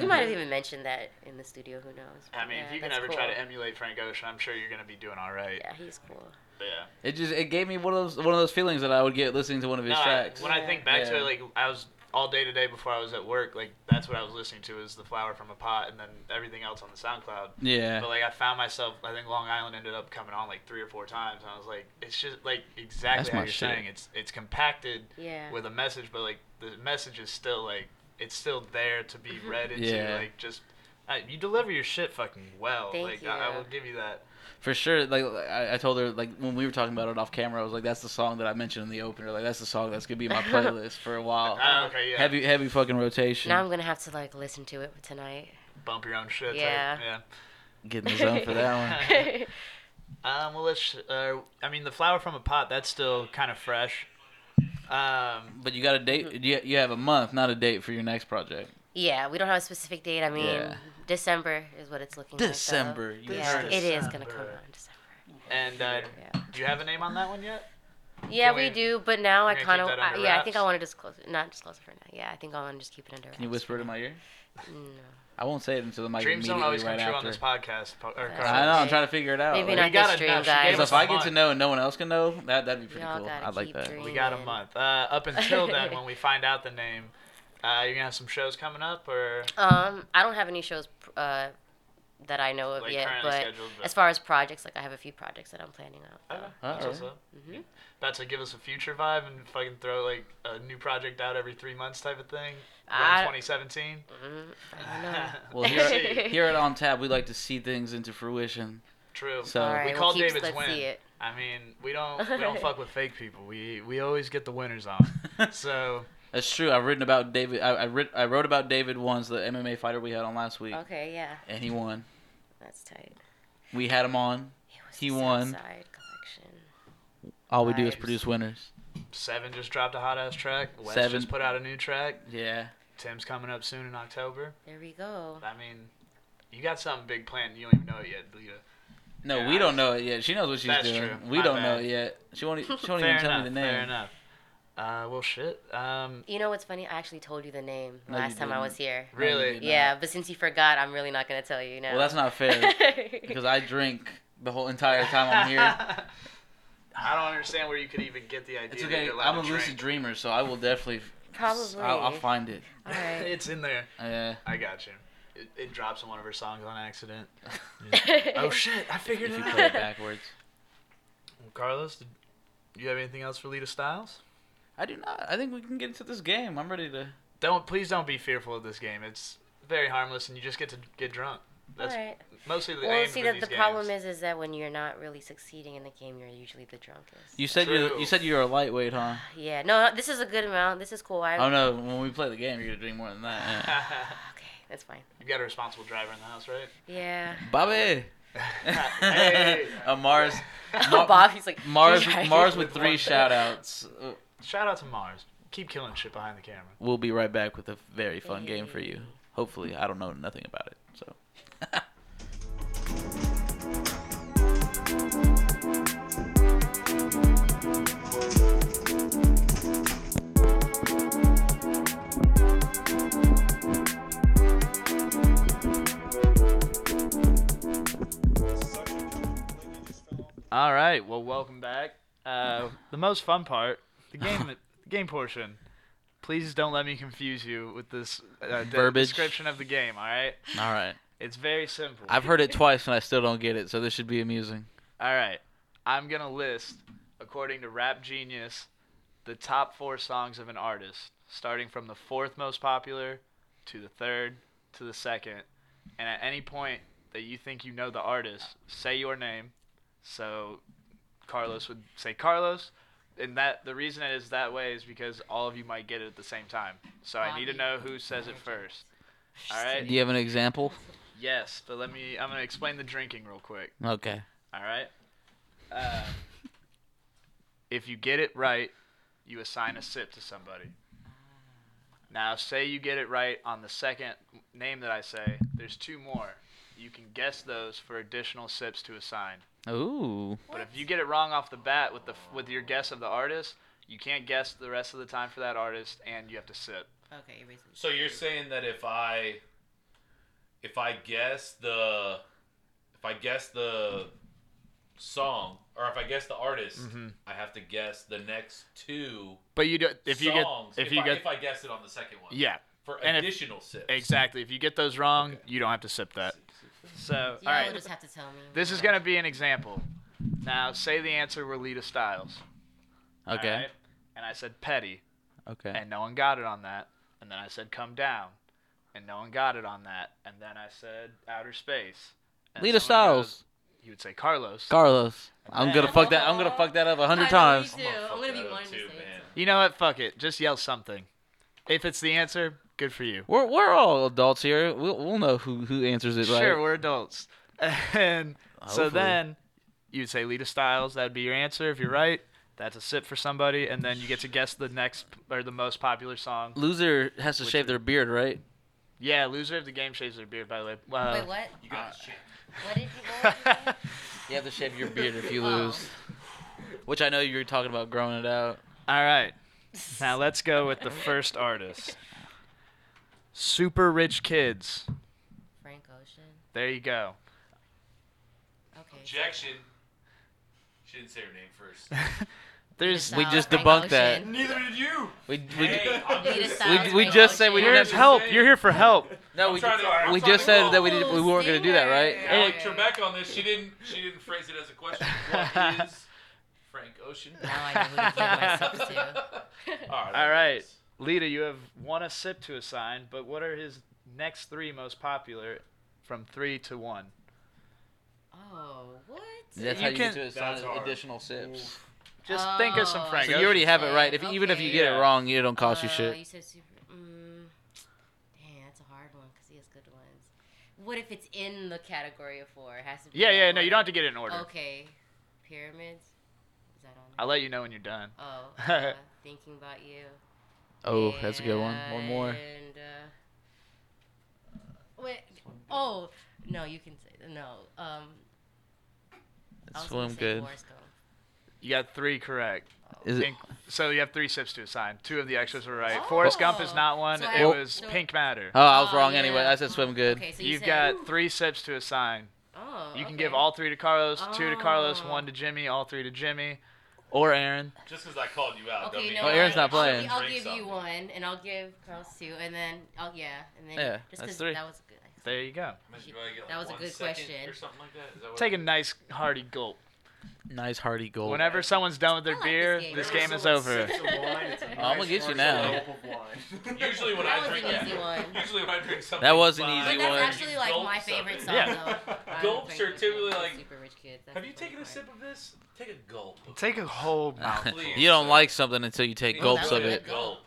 We might have even mentioned that in the studio. Who knows?
I mean,
Yeah,
if you can
that's
ever try
cool.
to emulate Frank Ocean, I'm sure you're gonna be doing all right.
yeah, he's cool.
But yeah.
it just it gave me one of those one of those feelings that I would get listening to one of his
No, I-
tracks.
when I think back to
Yeah.
it, like I was all day today before I was at work. Like that's what I was listening to is the flower from a pot, and then everything else on the SoundCloud.
yeah,
But like I found myself, I think Long Island ended up coming on like three or four times, and I was like, it's just like exactly
That's
how
my
you're
shit.
saying. It's it's compacted
Yeah.
with a message, but like the message is still like it's still there to be read into.
Yeah.
Like just uh, you deliver your shit fucking well.
Thank
like I, I
you.
will give you that.
for sure. Like I, I told her, like when we were talking about it off camera, I was like, "That's the song that I mentioned in the opener. Like that's the song that's gonna be in my playlist for a while.
Ah, okay, yeah.
Heavy, heavy fucking rotation.
Now I'm gonna have to like listen to it tonight.
Bump your own shit. type,
Yeah.
Yeah.
Get in the zone for that one.
Um, well, let's. Uh, I mean, the flower from a pot. That's still kind of fresh. Um,
But you got a
Mm-hmm.
date. You, you have a month, not a date for your next project.
yeah, we don't have a specific date. I mean,
Yeah.
December is what it's looking
December,
like.
you
December.
heard
Yeah,
it.
it is gonna come out
December.
in December.
and uh,
Yeah.
do you have a name on that one yet?
Yeah,
Can
we,
we-
do, but now I
can we keep
kind of
that under
yeah, I think I
wraps?
want to disclose it. Not disclose it for now. Yeah, I think I want to just keep it under.
Can you
wraps.
whisper it in my ear?
No.
I won't say it until the mic
Dreams don't
immediately
always come
right
true on
after.
this podcast. po- Or,
That's
I know. I'm
Okay.
trying to figure it out.
Maybe
like-
not
We got
this
enough. She
dream,
gave
guys.
us
Because if I get to
month.
know and no one else can know, that that'd be pretty
Y'all
cool.
gotta
I'd like
keep
that.
dreaming.
We got a month. Uh, up until then, when we find out the name, uh, you're gonna have some shows coming up, or
Um, I don't have any shows uh, that I know of
Like,
yet,
currently
but
scheduled, but-
as far as projects, like I have a few projects that I'm planning out.
Okay,
so.
that's what's up.
Mm-hmm.
About to give us a future vibe and fucking throw like a new project out every three months type of thing.
I-
Around 2017.
Mm, I don't know.
Well,
See.
here, here at On Tap, we like to see things into fruition.
True.
So-
All
We
right,
we
well,
call
keep-
David's
let's
win.
see it.
I mean, we don't we don't fuck with fake people. We we always get the winners on. So
That's true. I've written about David. I I, writ, I wrote about David once, the MMA fighter we had on last week,
Okay, yeah,
and he won.
that's tight.
We had him on.
It was
He
the
won.
Southside collection.
All we do is
Nice.
produce winners.
Seven just dropped a hot ass track. West
Seven.
just put out a new track.
Yeah.
Tim's coming up soon in October.
There we go.
I mean, you got something big planned. You don't even know it yet, Lita.
No,
Yeah,
we
I
don't
was-
know it yet. She knows what she's
That's
doing.
true.
We
My
don't
bad.
know it yet. She won't. e- She won't
fair
even tell
enough.
me the
Fair
name.
enough. Uh, well, shit. Um,
You know what's funny? I actually told you the name
No, you
last time I was here.
No, you
Really?
did not.
Yeah, but since you forgot, I'm really not gonna tell you now.
Well, that's not fair because I drink the whole entire time I'm here.
I don't understand where you could even get the idea.
It's
that
okay.
you're allowed
I'm a
to drink.
lucid dreamer, so I will definitely.
probably.
I'll, I'll find it. Uh,
All right.
It's in there.
Yeah.
I got you. It, it drops in one of her songs on accident. oh shit! I figured
if
it
you play it
out.
backwards.
Carlos, did you have anything else for Lita Styles?
I do not. I think we can get into this game. I'm ready to.
Don't please don't be fearful of this game. It's very harmless, and you just get to get drunk.
All
That's
right.
mostly the
Well,
aim
see,
for
the,
these
the
games.
problem is, is that when you're not really succeeding in the game, you're usually the drunkest.
You said you.
True.
You said you were a lightweight, huh?
Yeah. No, no, this is a good amount. This is cool. I,
Oh no! When we play the game, you're gonna drink more than that. yeah.
Okay, that's fine.
You've got a responsible driver in the house, right?
Yeah.
Bobby.
Hey.
a Mars. Mar-
Bobby's like
Mars.
"You're right."
Mars with
With
three
one-
shoutouts. Uh,
Shout out to Mars. Keep killing shit behind the camera.
We'll be right back with a very fun game for you. Hopefully, I don't know nothing about it. So.
All right. Well, welcome back. Uh, the most fun part, the game, the game portion. Please don't let me confuse you with this uh, de-
Verbiage.
description of the game. All right.
All right.
It's very simple.
I've heard it twice and I still don't get it, so this should be amusing.
All right. I'm gonna list, according to Rap Genius, the top four songs of an artist, starting from the fourth most popular to the third to the second. And at any point that you think you know the artist, say your name. So Carlos would say Carlos. And that the reason it is that way is because all of you might get it at the same time. So I need to know who says it first. All
Do
right.
you have an example?
Yes, but let me. I'm gonna explain the drinking real quick.
Okay.
All right. Uh, if you get it right, you assign a sip to somebody. Now, say you get it right on the second name that I say. There's two more. You can guess those for additional sips to assign.
Ooh.
But if you get it wrong off the bat with the with your guess of the artist, you can't guess the rest of the time for that artist, and you have to sip.
Okay, erase it.
So you're saying that if I if I guess the if I guess the song or if I guess the artist,
Mm-hmm.
I have to guess the next two
But you do if you get
songs
if you
I,
get
if I guess it on the second one.
yeah
For
And if-
additional sips.
exactly if you get those wrong, you don't have to sip that. So all right.
will just have to tell me.
This is gonna be an example. Now, say the answer were Lita Styles.
Okay.
alright? And I said petty,
Okay.
and no one got it on that. And then I said come down, and no one got it on that. And then I said outer space. And
Lita
someone goes-
Styles.
you would say Carlos.
Carlos. I'm gonna fuck that. I'm gonna fuck that up a hundred times.
I know you do. I'm gonna be
that up
one to
too,
say
man.
it.
you know what? Fuck it. Just yell something. If it's the answer, good for you.
We're we're all adults here. We'll we'll know who who answers it right.
Sure, we're adults. And so
Hopefully.
then you'd say Lita Styles. That'd be your answer if you're right. That's a sip for somebody, and then you get to guess the next or the most popular song.
Loser has to
Which
shave their beard, right?
Yeah, loser of the game shaves their beard. By the way, uh,
Wait, what?
You got shit.
What did you? What did you say?
You have to shave your beard if you
Oh.
lose. Which I know you were talking about growing it out.
All right, now let's go with the first artist. Super rich kids.
Frank Ocean.
There you go.
Okay. so-
Objection. She didn't say her name first.
There's
We
Styles,
just
uh, Frank
debunked that.
Ocean.
Neither did you.
We we
Hey, I'm
Lita
just-
Styles,
we
Frank
just said we
Ocean.
didn't
here's help. You're here for help.
no
I'm
we
trying to- I'm
we
trying
just
to
said
go.
that we did we weren't gonna do that, right?
Stinger.
Alec
Okay.
Trebek on this. She didn't. She didn't phrase it as a question. What is Frank Ocean?
Now I know who to give my sips to.
All right.
All right, Lita, you have one a sip to assign, but what are his next three most popular from three to one?
Oh, what?
That's
You
how you
Oh,
can-
get to
That's
assign
hard.
additional sips.
Just think of some
Oh.
Frank
So you
Ocean
already have it
Okay,
right. If even if you get
okay.
it wrong, it don't cost you
Uh,
shit.
You said super. Mm, damn, that's a hard one because he has good ones. What if it's in the category of four? It has to be.
Yeah,
that
yeah, no, you
one.
don't have to get it in order.
Okay, pyramids. Is that on?
I'll let you know when you're done.
there? Oh, uh, thinking about you.
Oh, that's a good one. One more.
And uh, wait, oh no, you can say no. Um, I
That's
was gonna
one
say
good.
Forrest Gump.
You got three correct.
Is it?
Pink- so you have three sips to assign. Two of the extras were right. Forrest Gump is
Oh.
not one.
So
it
I-
was
so-
Pink Matter.
Oh, I was
Oh,
wrong anyway.
yeah.
I said swim good.
Okay, so you
You've
said,
got three sips to assign.
Oh,
You can
okay.
give all three to Carlos, two to Carlos,
Oh.
one to Jimmy, all three to Jimmy.
Or Aaron.
Just because I called you out.
Okay, you
don't
know
Oh,
what?
mean
Aaron's not
I'll-
playing.
I'll,
Drink
give you
something.
one, and I'll give Carlos two, and then I'll yeah, and then
Yeah,
just
that's
'cause
three.
that was a good.
There you go.
You wanna get, like,
That was a
one
good
second
question.
Or something like that. Is that what
Take a nice hearty gulp.
Nice hearty goal.
Whenever someone's done with
I
their
like
beer,
this game.
this
There
game is over.
I'm gonna get you now.
Usually when
That
I
was
drink
an easy
that.
one.
Usually when I drink something.
That was an
fine,
But
easy
that's
one.
actually like
gulp
my favorite
something.
song
Yeah.
though. I
Gulps
don't
are
drink
typically,
with
like-
super rich kids. That's
Have
the
you
funny
taken a
part.
sip of this? Take a gulp.
Take a whole mouthful.
Please.
you don't like something until you take
Take a
gulps
That
of
was a
it.
Gulp.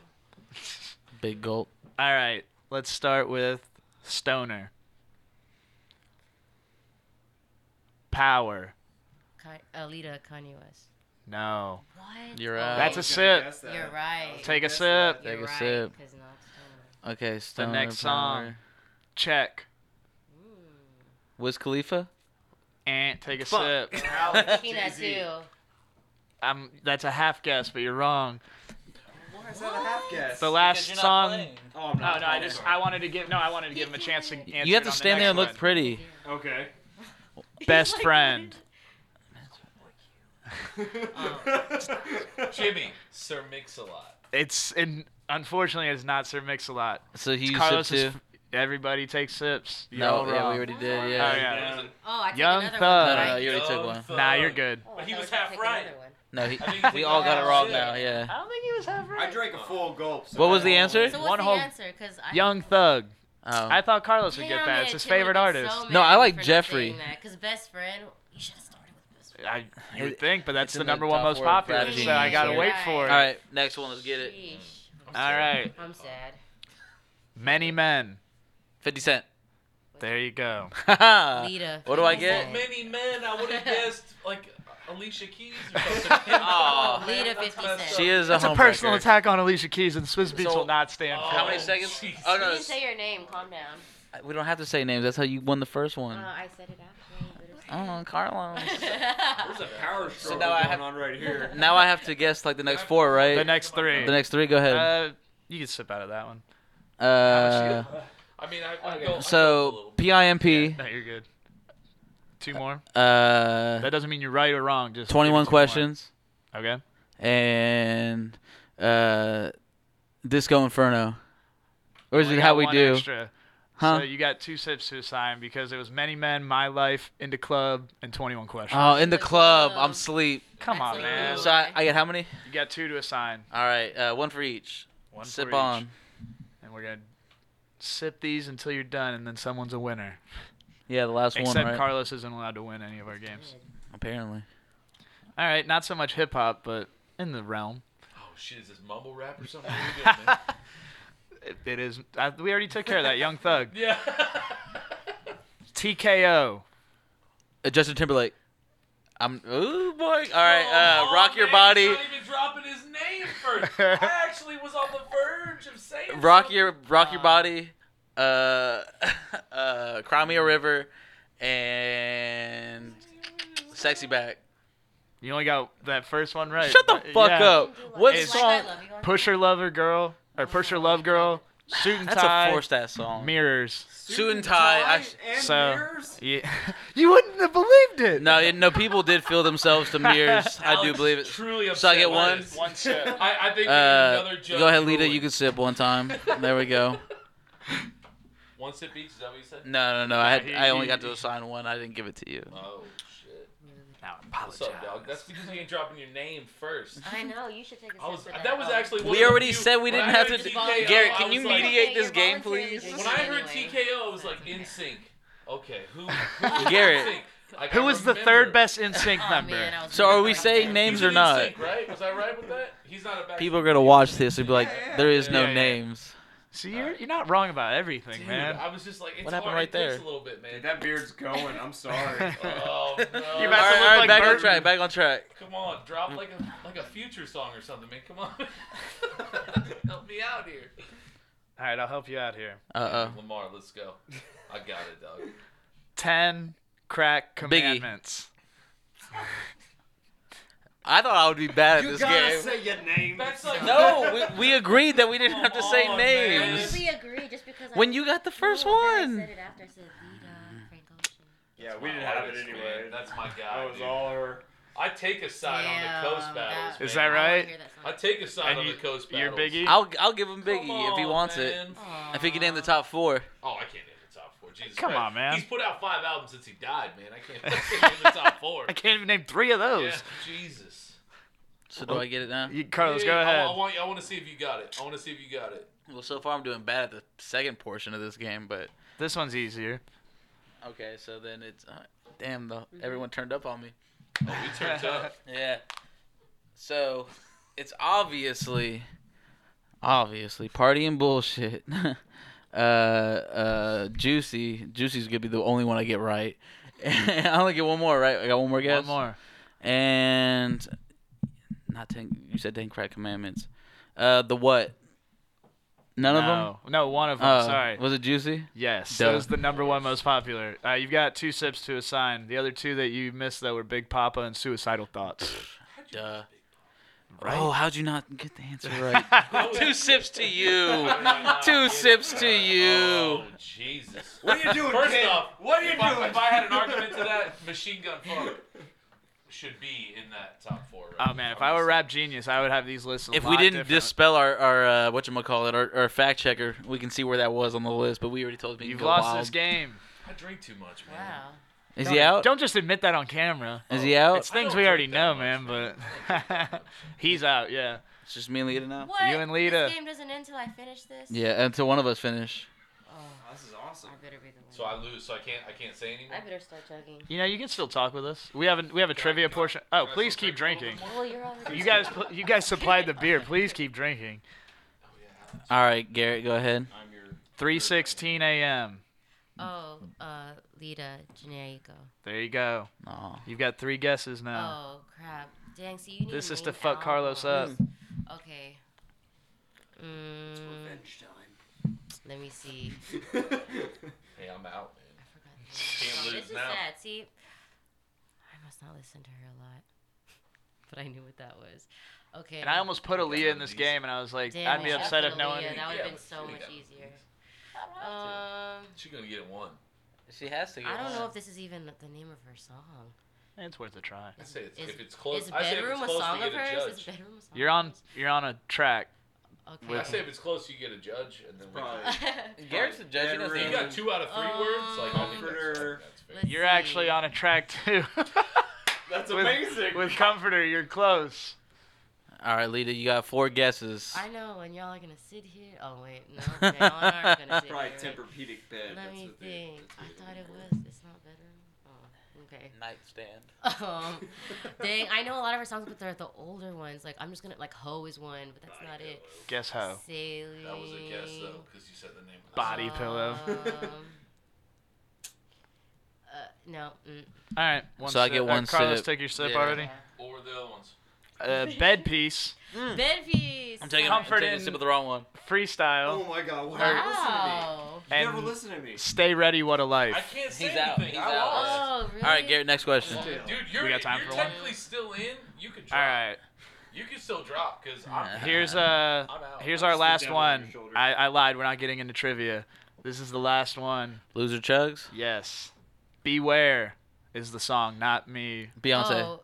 Big gulp.
All right, let's start with Stoner. Power.
Ka- Alita Kanye West.
No.
What?
You're
Oh,
out.
That's a sip.
You're right.
Take a sip.
You're
Take a
right,
sip.
'cause not stoner.
Okay, Stoner
next song.
Power.
Check.
Wiz Khalifa.
And take a sip.
Mm. Peanut too.
I'm, that's a half guess, but you're wrong. The
Because
last
you're not
song.
playing.
Oh, I'm
No, no, I just I wanted to give no, I wanted to give him a chance to answer.
You have to
it on the
stand there and
next
look
one.
pretty.
Okay.
Best friend.
Oh.
Jimmy, Sir Mix-a-Lot.
It's and unfortunately it's not Sir Mix-a-Lot.
So he
It's
used
Carlos's.
it
f- Everybody takes sips. You're
No,
all
yeah,
wrong.
we already did.
Oh,
Yeah.
yeah.
Oh, I took
Young
another
Thug.
No,
one.
no,
right?
no, you already took one.
Nah, you're good.
Oh, I
But he
thought
was
I
half
pick
right.
another one.
No, he,
I think
we
we
all
got
got it
all
wrong
shit.
now. Yeah.
I don't think he was half right.
I drank a full gulp. so
What
I
was the
don't-
answer?
So what's
One
the
whole-
answer? 'Cause I
Young Thug. I
Oh.
thought Carlos would
Damn
get that. It's
it,
his
Tim would've
favorite
been
artist.
so
No, I
mad at me
like
for not
Jeffrey.
saying that, 'cause best friend, you should have started with best friend.
I you would
It-
think, but that's
it's
the
in the
number one
top
most
four of
popular,
Gravity
so I gotta
Falls.
wait
Right.
for
All
it.
right, next one. Let's get it.
Sheesh.
All right.
I'm sad.
Many men.
Fifty Cent.
There you go.
Lita.
Uh, What do I
Fifty
get?
Cent.
Many men, I would have guessed like Alicia Keys or something.
Aw.
Man,
Lita
that's
50
messed
Cent.
up.
She is a
That's a
homewrecker.
personal attack on Alicia Keys, and Swiss Beats
So-
will not stand for
How
it.
many
Oh,
seconds?
jeez.
Oh
You
no,
didn't say your name. Calm down.
it's- we don't have to say names. That's how you won the first
Uh,
one.
I said it after.
Hmm. Oh, Carlos.
But
There's a power struggle
now I
going
have-
on right here.
now I have to guess like the next four, right?
The next three.
The next three. Go ahead.
Uh, you can sip out of that one.
Uh,
I mean, I, I go. I go a
so
little bit.
PIMP.
No, you're good. Two more.
Uh,
That doesn't mean you're right or wrong. Just give me
twenty-one
two more.
questions
Okay.
and uh, Disco Inferno. Or is
Only
it
got
how we
one
do?
extra.
Huh?
So you got two sips to assign because it was many men, my life, into club, and 21 questions.
Oh, in the
The
club.
club.
I'm sleep.
Come on,
That's
man.
a-
So I, I get how many?
You got two to assign.
All right, uh, one for each.
One for
Sip
each.
on.
And we're gonna sip these until you're done, and then someone's a winner.
Yeah, the last one,
Except
right?
Carlos isn't allowed to win any of our games.
Apparently.
All right, not so much hip hop, but in the realm.
Oh shit, is this mumble rap or something? What are we doing, man?
It, it is. I, we already took care of that. Young Thug.
Yeah.
TKO.
Uh, Justin Timberlake. I'm. Ooh boy. All right.
Come
Uh,
on,
rock your
Oh, man,
body.
He's not even dropping his name first. I actually was on the verge of saying.
Rock
something.
your rock your body. Uh, uh, cry me a river, and sexy back.
You only got that first one right.
Shut the
but-
fuck
yeah.
up. What
It's-
song?
Pusher lover girl or pusher love girl. Suit and
That's
tie.
a forced ass song.
mirrors.
Suit and tie. I sh-
and
so-
mirrors?
Yeah. you wouldn't have believed it.
no, it- no. People did feel themselves to mirrors. I do
Alex
believe it.
Truly
So I
upset
get
by
one?
this.
One sip.
I, I think we need
Uh,
another judge
go ahead, Lita.
ruling.
You can sip one time. There we go.
One sip each. Is that what you said?
No, no, no. I had,
he-
I only
he-
got to assign one. I didn't give it to you.
Oh shit.
Now I
What's up, dog? That's because you ain't dropping your name first.
I know. You should take a sip.
I was.
of that,
That was
Oh.
actually. One
We
of the
already
few-
said we
when
didn't
I
have
heard
to-
TKO,
Garrett,
I
can you
was like-
mediate
Okay,
this
you're
game,
volunteering
please?
to do
When I
it
heard
anyway.
TKO, I was like
That's okay.
in sync. Okay, who? who
Garrett.
NSYNC? Like,
Who
I
was the
remember-
third best NSYNC
Aw,
member?
Oh, man, I was
So are
really
we
fucking
saying
bad.
names
He's
or
in
not?
sync, right? Was I right with that? He's not a back.
People are gonna watch this and be like, there is no
Yeah, yeah.
names.
See, you're, you're not wrong about everything,
Dude,
man.
I was just like, it's
What happened
hard.
right
it takes
there?
a little bit, man.
Dude, that beard's going. I'm sorry.
oh no!
You're
All right,
about to look
all right,
like
back on
Burton.
track. Back on track.
Come on, drop like a like a future song or something, man. Come on, help me out here.
All right, I'll help you out here.
Uh oh.
Lamar, let's go. I got it, dog.
Ten crack commandments.
I thought I would be bad at
you
this
gotta
game.
say your name.
That's like
No, we, we agreed that we didn't have to say
Come on,
Why
man.
would
names.
we agree just because I-
When you got the
No,
first
but then I
one.
said it after I said Lita, Frank Ocean.
Yeah, we didn't have it anyway.
That's my guy.
That was
dude.
all her.
I take a side on
Yeah,
the coast battles.
that-
Is
man.
that
I wanna
right?
hear that song.
I take a side
And
on
you-
the coast
You're
battles.
Biggie. Oh.
I'll I'll give him
Come
Biggie if he wants it.
man.
If he can name the top four.
Oh, I can't name the top four. Jesus
Come
Christ.
on, man.
He's put out five albums since he died, man. I can't name the top four.
I can't even name three of those.
Yeah, Jesus.
So do I get it now?
You, Carlos,
Yeah,
go
I-
ahead.
I, want you, I want to see if you got it. I want to see if you got it.
Well, so far I'm doing bad at the second portion of this game, but
This one's easier.
okay. So then it's uh, damn though. Everyone turned up on me.
Oh, we turned up.
Yeah. So it's obviously, obviously partying bullshit. uh, uh, juicy, juicy's gonna be the only one I get right. I only get one more right. I got one more guess.
One more.
And not ten. You said ten crack commandments. Uh, the what? None of them.
no. No, one of them.
Oh,
Sorry.
Was it juicy?
yes.
Duh.
That was the number one most popular. Uh, you've got two sips to assign. The other two that you missed that were Big Papa and Suicidal Thoughts.
Duh. Oh, how'd you not get the answer right? Two sips to you. Two sips to you.
Oh, Jesus.
What are you doing,
First
kid?
off,
what are you
if I,
doing?
if I had an argument to that, Machine Gun Funk should be in that top four. Right?
Oh man, if I were rap genius, I would have these lists. A
If
lot
we didn't
different.
dispel our our uh, what you call it our, our fact checker, we can see where that was on the list. But we already told him.
you've lost this game.
I drink too much, man.
Wow.
Is he out? Oh.
Don't just admit that on camera.
Is he out?
It's
It's,
things
don't
we
drink
already
that
know,
much,
man. But he's out. Yeah.
just me and Lita now.
What?
and Lita.
This game doesn't end till I finish this. Oh.
Yeah, until one of us finish.
This is awesome.
I better be the one.
So I lose, so I can't I can't say anymore.
I better start chugging.
You know, you can still talk with us. We have a we have a trivia portion. Oh,
Can I
please
still
keep
drink a
drinking.
little
Well, you're already.
You guys, pl- you guys supplied the beer. Please keep drinking.
All right, Garrett, go ahead.
I'm your
3:16 a.m.
Oh, uh, Lita Generico.
There you go.
Aw.
You've got three guesses now.
Oh crap! Dang, see you need.
This
to
is to
name
fuck Carlos up.
albums. Okay. Mm,
Revenge time.
let me see.
Hey, I'm out, man.
I forgot. the name.
Can't
Oh,
lose
this is
now.
sad. See, I must not listen to her a lot, but I knew what that was. Okay.
And I almost put Aaliyah in this game, and I was like,
Damn,
I'd
I
be
should've
upset
put
if no one.
Aaliyah. That would
Yeah,
have been
but
so
she
much
got
easier. Um,
She's gonna get it one.
She has to. Get
I don't know
one.
if this is even the name of her song.
It's worth a try.
I say it's,
Is-
if it's close.
is
I say if
bedroom
it's
a
close,
song
you
of
get a
hers? Is
judge.
bedroom a song?
You're on, you're on a track.
Of
I
hers?
say
Okay.
if it's close, you get a judge, and then we.
Probably.
Let's
Garrett's the judge. He doesn't
You got two out of three
Um,
words. Like I think that's,
Comforter.
that's fair.
see.
You're actually on a track too.
That's
With-
amazing.
With comforter, you're close.
All right, Lita, you got four guesses.
I know, and y'all are gonna sit here. Oh wait, no, okay, y'all aren't gonna sit
Probably
here. right?
Tempur-Pedic bed.
Let
That's
me
what they.
think.
that's
I
what they
thought
look
it
for.
was. It's not bedroom. Oh,
Nightstand.
okay. Um, dang, I know a lot of her songs, but they're the older ones. Like I'm just gonna like "Ho" is one, but that's not it.
Guess
Oh.
how?
Sailing.
That was a guess though, because you said the name. Of the
Body pillow.
Um, uh, no. Mm,
All right. One
So I
sip.
get
Uh,
one
Carlos
sip.
took your sip
Yeah.
already.
What were the other ones?
Uh, bed piece,
Bed piece.
I'm taking, I'm
Comfort
taking a
in-
sip of the wrong one.
Oh
freestyle,
my god, why are
Wow.
you listening to me? You never
and
listen to me.
stay ready. What a
I
life.
can't say
He's out.
anything.
He's
I
out.
lost.
Oh, really?
All right, Garrett, next question.
Dude,
Still.
you're,
We got time
you're
for one?
technically still in. You can
All
try.
right.
You can still drop because I'm
Here's uh,
I'm out.
here's
I'm
our
just the
last
devil on your
one.
shoulder.
I, I lied. We're not getting into trivia. This is the last one.
Loser Chugs?
Yes. Beware is the song, not me.
Beyonce.
Oh,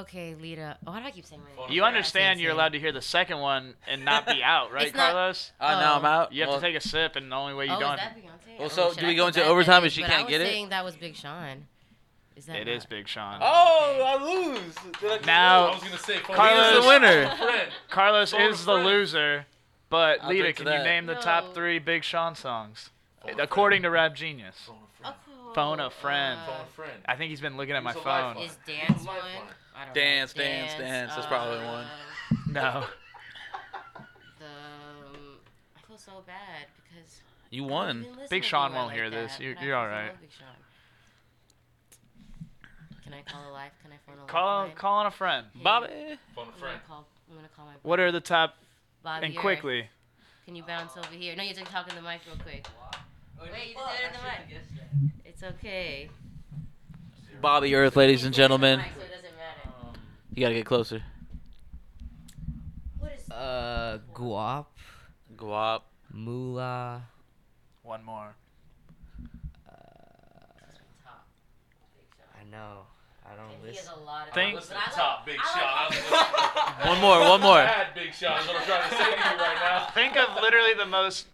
okay, Lita. Why do I keep saying my name?
You
Yeah,
understand
same,
you're
same.
allowed to hear the second one and not be out, right,
It's not-
Carlos?
Oh, no,
Oh.
I'm out.
You have
Well,
to take a sip, and the only way you
oh,
don't.
is that Beyonce?
Well,
Oh,
so
shit,
do
I
we go
feel
into
bad
overtime
that-
if she
but I
can't
was
get it?
saying that was Big Sean. Is that
It
not-
is Big Sean.
Oh, I lose. Did I-
I
Now,
was gonna say
Carlos-
He's the winner.
Friend.
Carlos
Phone a
is the
friend.
loser, but
I'll
Lita,
drink to
can you
that.
name the
No.
top three Big Sean songs?
Phone a
According to
friend.
Rap Genius.
Phone a friend.
Of course.
phone a friend.
Phone a friend.
I think he's been looking at my
Use a lifeline.
phone.
Is dance
Lifeline.
one? I don't
Dance,
know.
dance, dance. That's probably one.
uh,
No.
The, um, I feel so bad because
You
I've
won.
been listening
Big
to
Sean
one
won't
like
hear
that,
this. You're-
but I
you're
fucking
alright.
love Big Sean. Can I call a life? Can I phone a
Call
lifeline?
call on a friend.
Bobby.
Phone a
I'm gonna
friend.
call. I'm gonna call my.
What are the top
Bobby
and
or-
quickly?
Can you bounce over here? No, you have to talk in the mic real quick.
Oh,
Wait, you did it in the mic. It's okay.
Bobby Earth, ladies and
It's in the
gentlemen.
mic, so it doesn't matter.
Oh.
You gotta get closer.
What is?
Uh, guap,
Guap.
moolah.
One more.
Top. Big Sean.
I know. I don't
And he has
listen.
a lot of
Thank-
things,
Listen
but I
to
like-
top, Big
I
Sean.
like-
One more, one more.
Bad Big Sean is what I'm trying to say to you right now.
Think of literally the most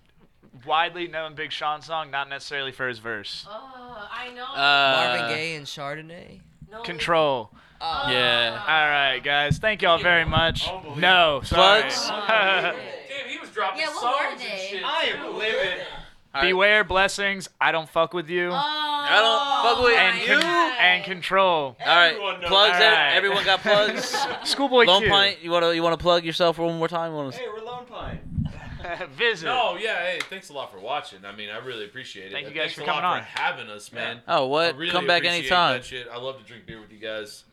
widely known Big Sean song, not necessarily for his verse.
Oh, I know.
Marvin
Uh,
Gaye and Chardonnay.
No, Ah. it's-
Control.
Oh.
yeah.
All right, guys. Thank y'all very much.
Unbelievable.
No.
Plugs? Oh,
Sorry.
Damn, he was dropping
Yeah, what were
songs and
they?
shit.
I am
too.
livid.
Beware blessings. I don't fuck with you.
Oh,
I don't fuck with
and,
you.
con- and control.
All right.
Everyone knows.
Plugs. ev-
All right.
Everyone got plugs.
Schoolboy
Lone
Q.
Pint. You wanna you wanna plug yourself one more time? You wanna
Hey, we're Lone Pine.
Visit.
No, yeah, hey, thanks a lot for watching. I mean, I really appreciate it.
Thank you
Uh,
guys
thanks
for
a
coming
lot
on.
for having us, man.
Oh,
I
what?
really
Come back
appreciate
anytime.
That shit. I love to drink beer with you guys.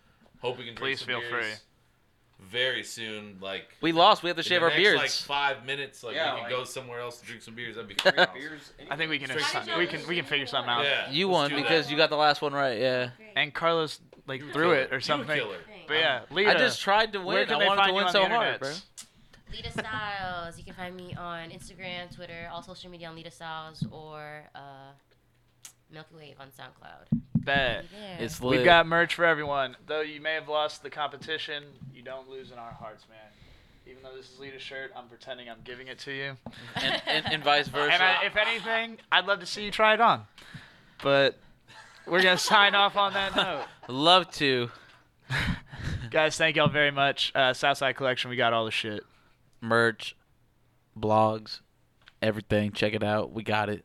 Hope we can drink
Please
some
feel
beers
free.
Very soon, like
We lost. We have to
in
shave
the
our
next,
beards.
Like five minutes, like
Yeah,
we can
like-
go somewhere else to drink some beers. That'd be freaking awesome.
Beers.
I think we can
Straight
assign-
to
we
the-
can we can figure something out.
Yeah,
you
let's
won
do that.
because you got the last one right. Yeah.
And Carlos like
You were
threw
killer.
it
You
or
were
something.
killer.
But yeah, Lita.
I just tried to win.
where can
I
they
wanted
find
to
you
win
on
so
the
hard, bro.
internets?
Lita Styles. You can find me on Instagram, Twitter, all social media on Lita Styles or uh, Milky Wave on SoundCloud.
Bet.
Be there.
It's lit.
We've got merch for everyone. Though you may have lost the competition, you don't lose in our hearts, man. Even though this is Lita's shirt, I'm pretending I'm giving it to you.
and, and, and vice versa.
And I, if anything, I'd love to see you try it on. But we're gonna sign off on that note.
Love to.
Guys, thank y'all very much. Uh, Southside Collection, we got all the shit.
merch, blogs, everything. Check it out. We got it.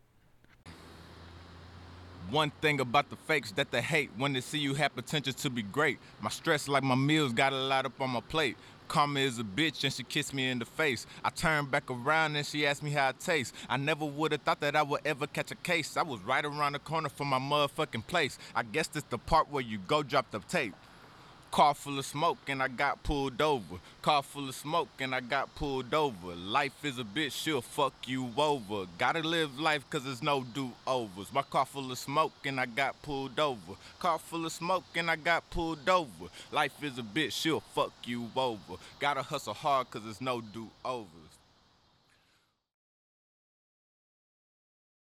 One thing about the fakes that they hate when they see you have potential to be great. My stress, like my meals, got a lot up on my plate. Karma is a bitch and she kissed me in the face. I turned back around and she asked me how it tastes. I never would have thought that I would ever catch a case. I was right around the corner from my motherfucking place. I guess it's the part where you go drop the tape. Car full of smoke and I got pulled over. Car full of smoke and I got pulled over. Life is a bitch, she'll fuck you over. Gotta live life cause there's no do overs. My car full of smoke and I got pulled over. Car full of smoke and I got pulled over. Life is a bitch, she'll fuck you over. Gotta hustle hard cause there's no do overs.